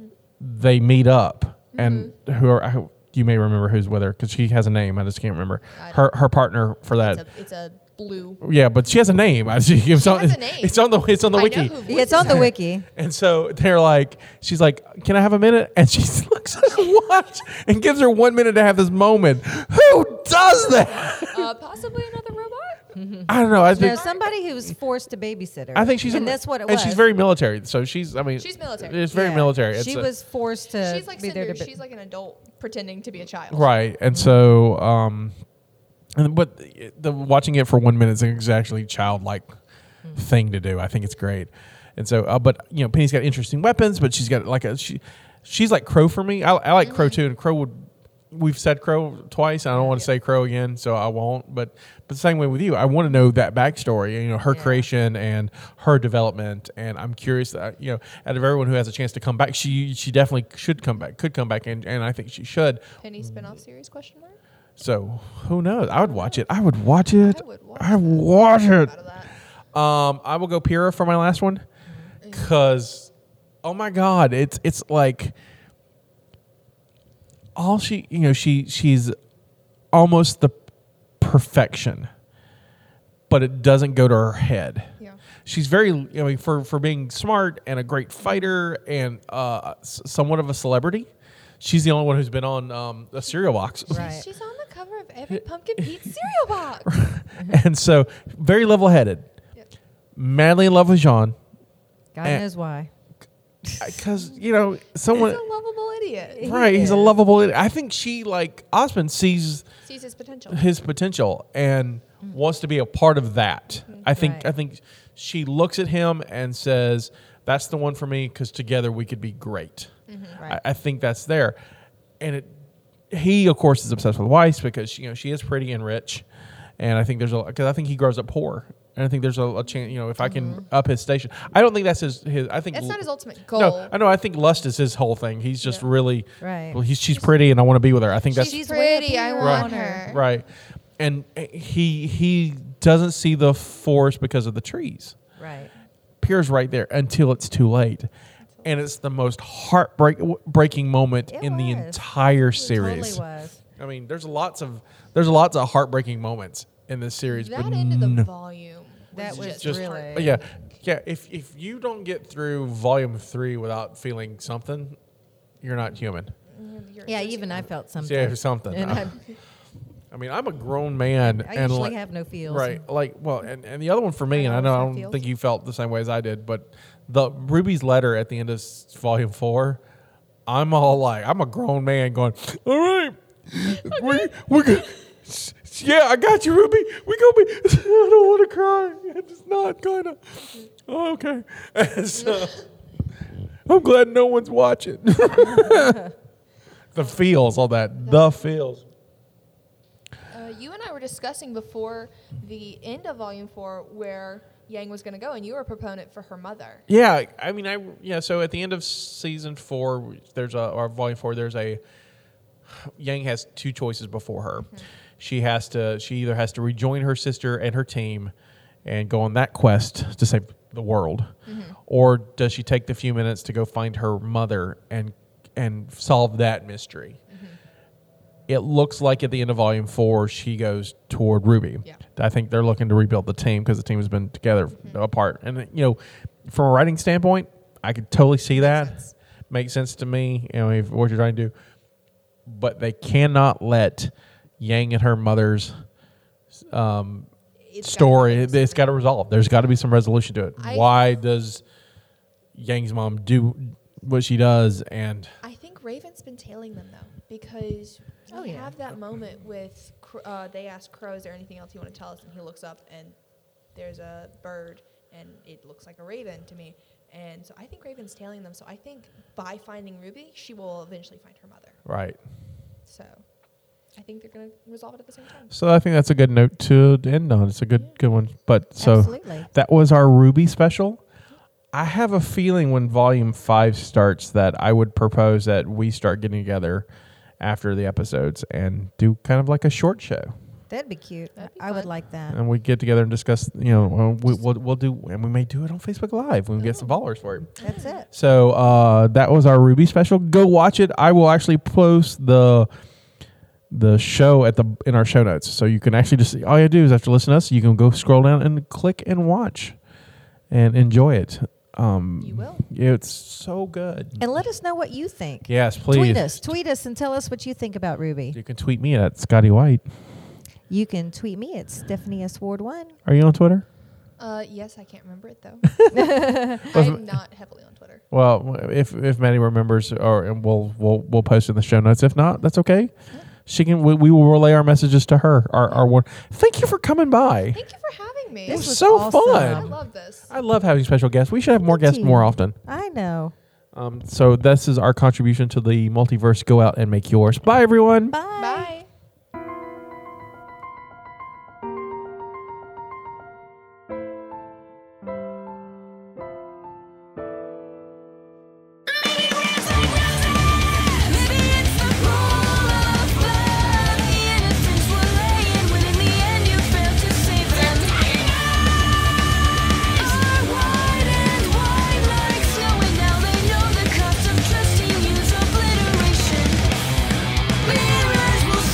Mm-hmm. they meet up and who are I, you may remember who's with her because she has a name I just can't remember I her her partner for that. It's a it's a blue. yeah, but she has a name. <laughs> I see. It's on, has a name. It's on the it's on the I know wiki. who voices It's on the wiki. And so they're like, she's like, "Can I have a minute?" And she <laughs> looks at her watch and gives her one minute to have this moment. Who does that? Uh, possibly another robot. I don't know. I No, think somebody who was forced to babysit her. I think she's and that's what it and was. she's very military. So she's I mean She's military. It's very Yeah. military. It's She a- was forced to She's like be there Cinder. to. Be, She's like an adult pretending to be a child. right, and so um, and but the, the watching it for one minute is an exactly childlike thing to do. I think it's great. And so, uh, but you know, Penny's got interesting weapons, but she's got like a she, she's like Crow for me. I, I like Crow too, and Crow would. We've said Crow twice, and I don't want to say Crow again, so I won't. But but the same way with you, I want to know that backstory. You know, her Yeah. creation and her development, and I'm curious. That, you know, out of everyone who has a chance to come back, she she definitely should come back, could come back, and and I think she should. Penny spinoff series question mark. So who knows? I would watch it. I would watch it. I would watch I would watch it. Out of that. Mm-hmm. Um, I will go Pyrrha for my last one, cause oh my god, it's it's like all she you know she she's almost the perfection, but it doesn't go to her head. Yeah. She's very, I mean, for for being smart and a great fighter and uh, s- somewhat of a celebrity, she's the only one who's been on um, a cereal box. Right. She's on the cover of every Pumpkin <laughs> Pete cereal box. and so very level headed, Yeah. madly in love with Jean, God eh. knows why. because you know He's someone a lovable idiot. right. He's a lovable. I think she like Osmond sees Sees <laughs> his potential. his potential and wants to be a part of that. I think Right. I think she looks at him and says, "That's the one for me," because together we could be great. Mm-hmm. Right. I, I think that's there, and it. He of course is obsessed with Weiss because you know she is pretty and rich, and I think there's a because I think he grows up poor, and I think there's a, a chance you know if I can up his station. I don't think that's his. his I think l- That's Mm-hmm. not his ultimate goal. No, I know. I think lust is his whole thing. He's just Yeah. really Right. Well, he's she's pretty, and I want to be with her. I think that's She's pretty. way I up want on her. her. Right. And uh, he he doesn't see the forest because of the trees. Right. Pierre's right there until it's too late. And it's the most heartbreak breaking moment It in the was. entire It series. Totally was. I mean, there's lots of there's lots of heartbreaking moments in this series. That but end of the no- volume. That was just- really. yeah, yeah. If if you don't get through volume three without feeling something, you're not human. You're Yeah, even I felt something. Yeah, something. And I, I I mean, I'm a grown man. I and usually like- have no feels. Right. Like, well, and, and the other one for me, and I know I always don't have feels. think you felt the same way as I did, but the Ruby's letter at the end of s- volume four, I'm all like, I'm a grown man going, all <laughs> right, we, we're go- s- s- Yeah, I got you, Ruby. We gonna be. <laughs> I don't want to cry. It's not gonna. Oh, okay. <laughs> And so, I'm glad no one's watching. <laughs> the feels, all that. The feels. Uh, you and I were discussing before the end of Volume Four where Yang was going to go, and you were a proponent for her mother. Yeah, I mean, I yeah. So at the end of season four, there's a or volume four. There's a Yang has two choices before her. She has to. She either has to rejoin her sister and her team, and go on that quest to save the world, or does she take the few minutes to go find her mother and and solve that mystery? It looks like at the end of volume four, she goes toward Ruby. Yeah. I think they're looking to rebuild the team because the team has been together Mm-hmm. apart. And you know, from a writing standpoint, I could totally see that. Makes sense, to me. You know, if- what you're trying to do, but they cannot let Yang and her mother's um, It's gotta story. be it- It's got to resolve. There's got to be some resolution to it. I- Why does Yang's mom do what she does? And I think Raven's been tailing them though, because Oh, we yeah. have that moment with Cr- uh, they ask Crow, "Is there anything else you want to tell us?" And he looks up, and there's a bird, and it looks like a raven to me. And so I think Raven's tailing them. So I think by finding Ruby, she will eventually find her mother. right. So I think they're going to resolve it at the same time. So I think that's a good note to end on. It's a good good one. But so Absolutely. that was our Ruby special. I have a feeling when volume five starts that I would propose that we start getting together after the episodes and do kind of like a short show. That'd be cute. That'd be I would fun. like that. and we get together and discuss. You know, uh, we, we'll we'll do, and we may do it on Facebook Live when we get some followers for it. That's it. So uh, that was our Ruby special. Go watch it. I will actually post the the show at the in our show notes, so you can actually just all you do is after listening to us, you can go scroll down and click and watch and enjoy it. Um, You will. It's so good. And let us know what you think. Yes, please. Tweet us. Tweet us and tell us what you think about Ruby. You can tweet me at Scotty White. You can tweet me at Stephanie S. Ward 1. Are you on Twitter? Uh, yes, I can't remember it though. <laughs> Wasn't- I'm not heavily on Twitter. Well, if if Maddie remembers, or and we'll we'll we'll post in the show notes. If not, that's okay. She can. We, we will relay our messages to her. Our our one. Thank you for coming by. Thank you for having me. This was was so awesome. I fun. love this. I love having special guests. We should have more Thank guests you. more often. I know. Um, so this is our contribution to the multiverse. Go out and make yours. Bye, everyone. Bye. Bye. Maybe it's the pool of blood, the innocents were laying when in the end you failed to save them. Are wide and wide like snow, and now they know the cost of trusting you's obliteration. Mirrors will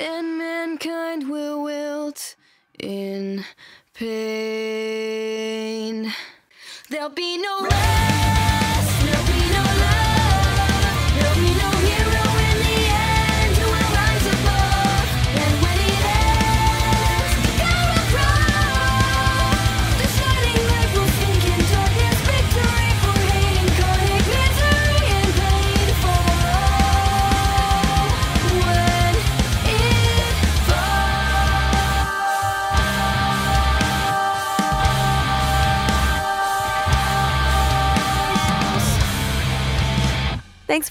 mankind will wilt in pain. There'll be no rest, there'll be no love, there'll be no hero in the end who will rise above. And when it ends, the sky will cry. The shining light will sink in darkness, victory for hate, incarnate misery and pain for all. When it Thanks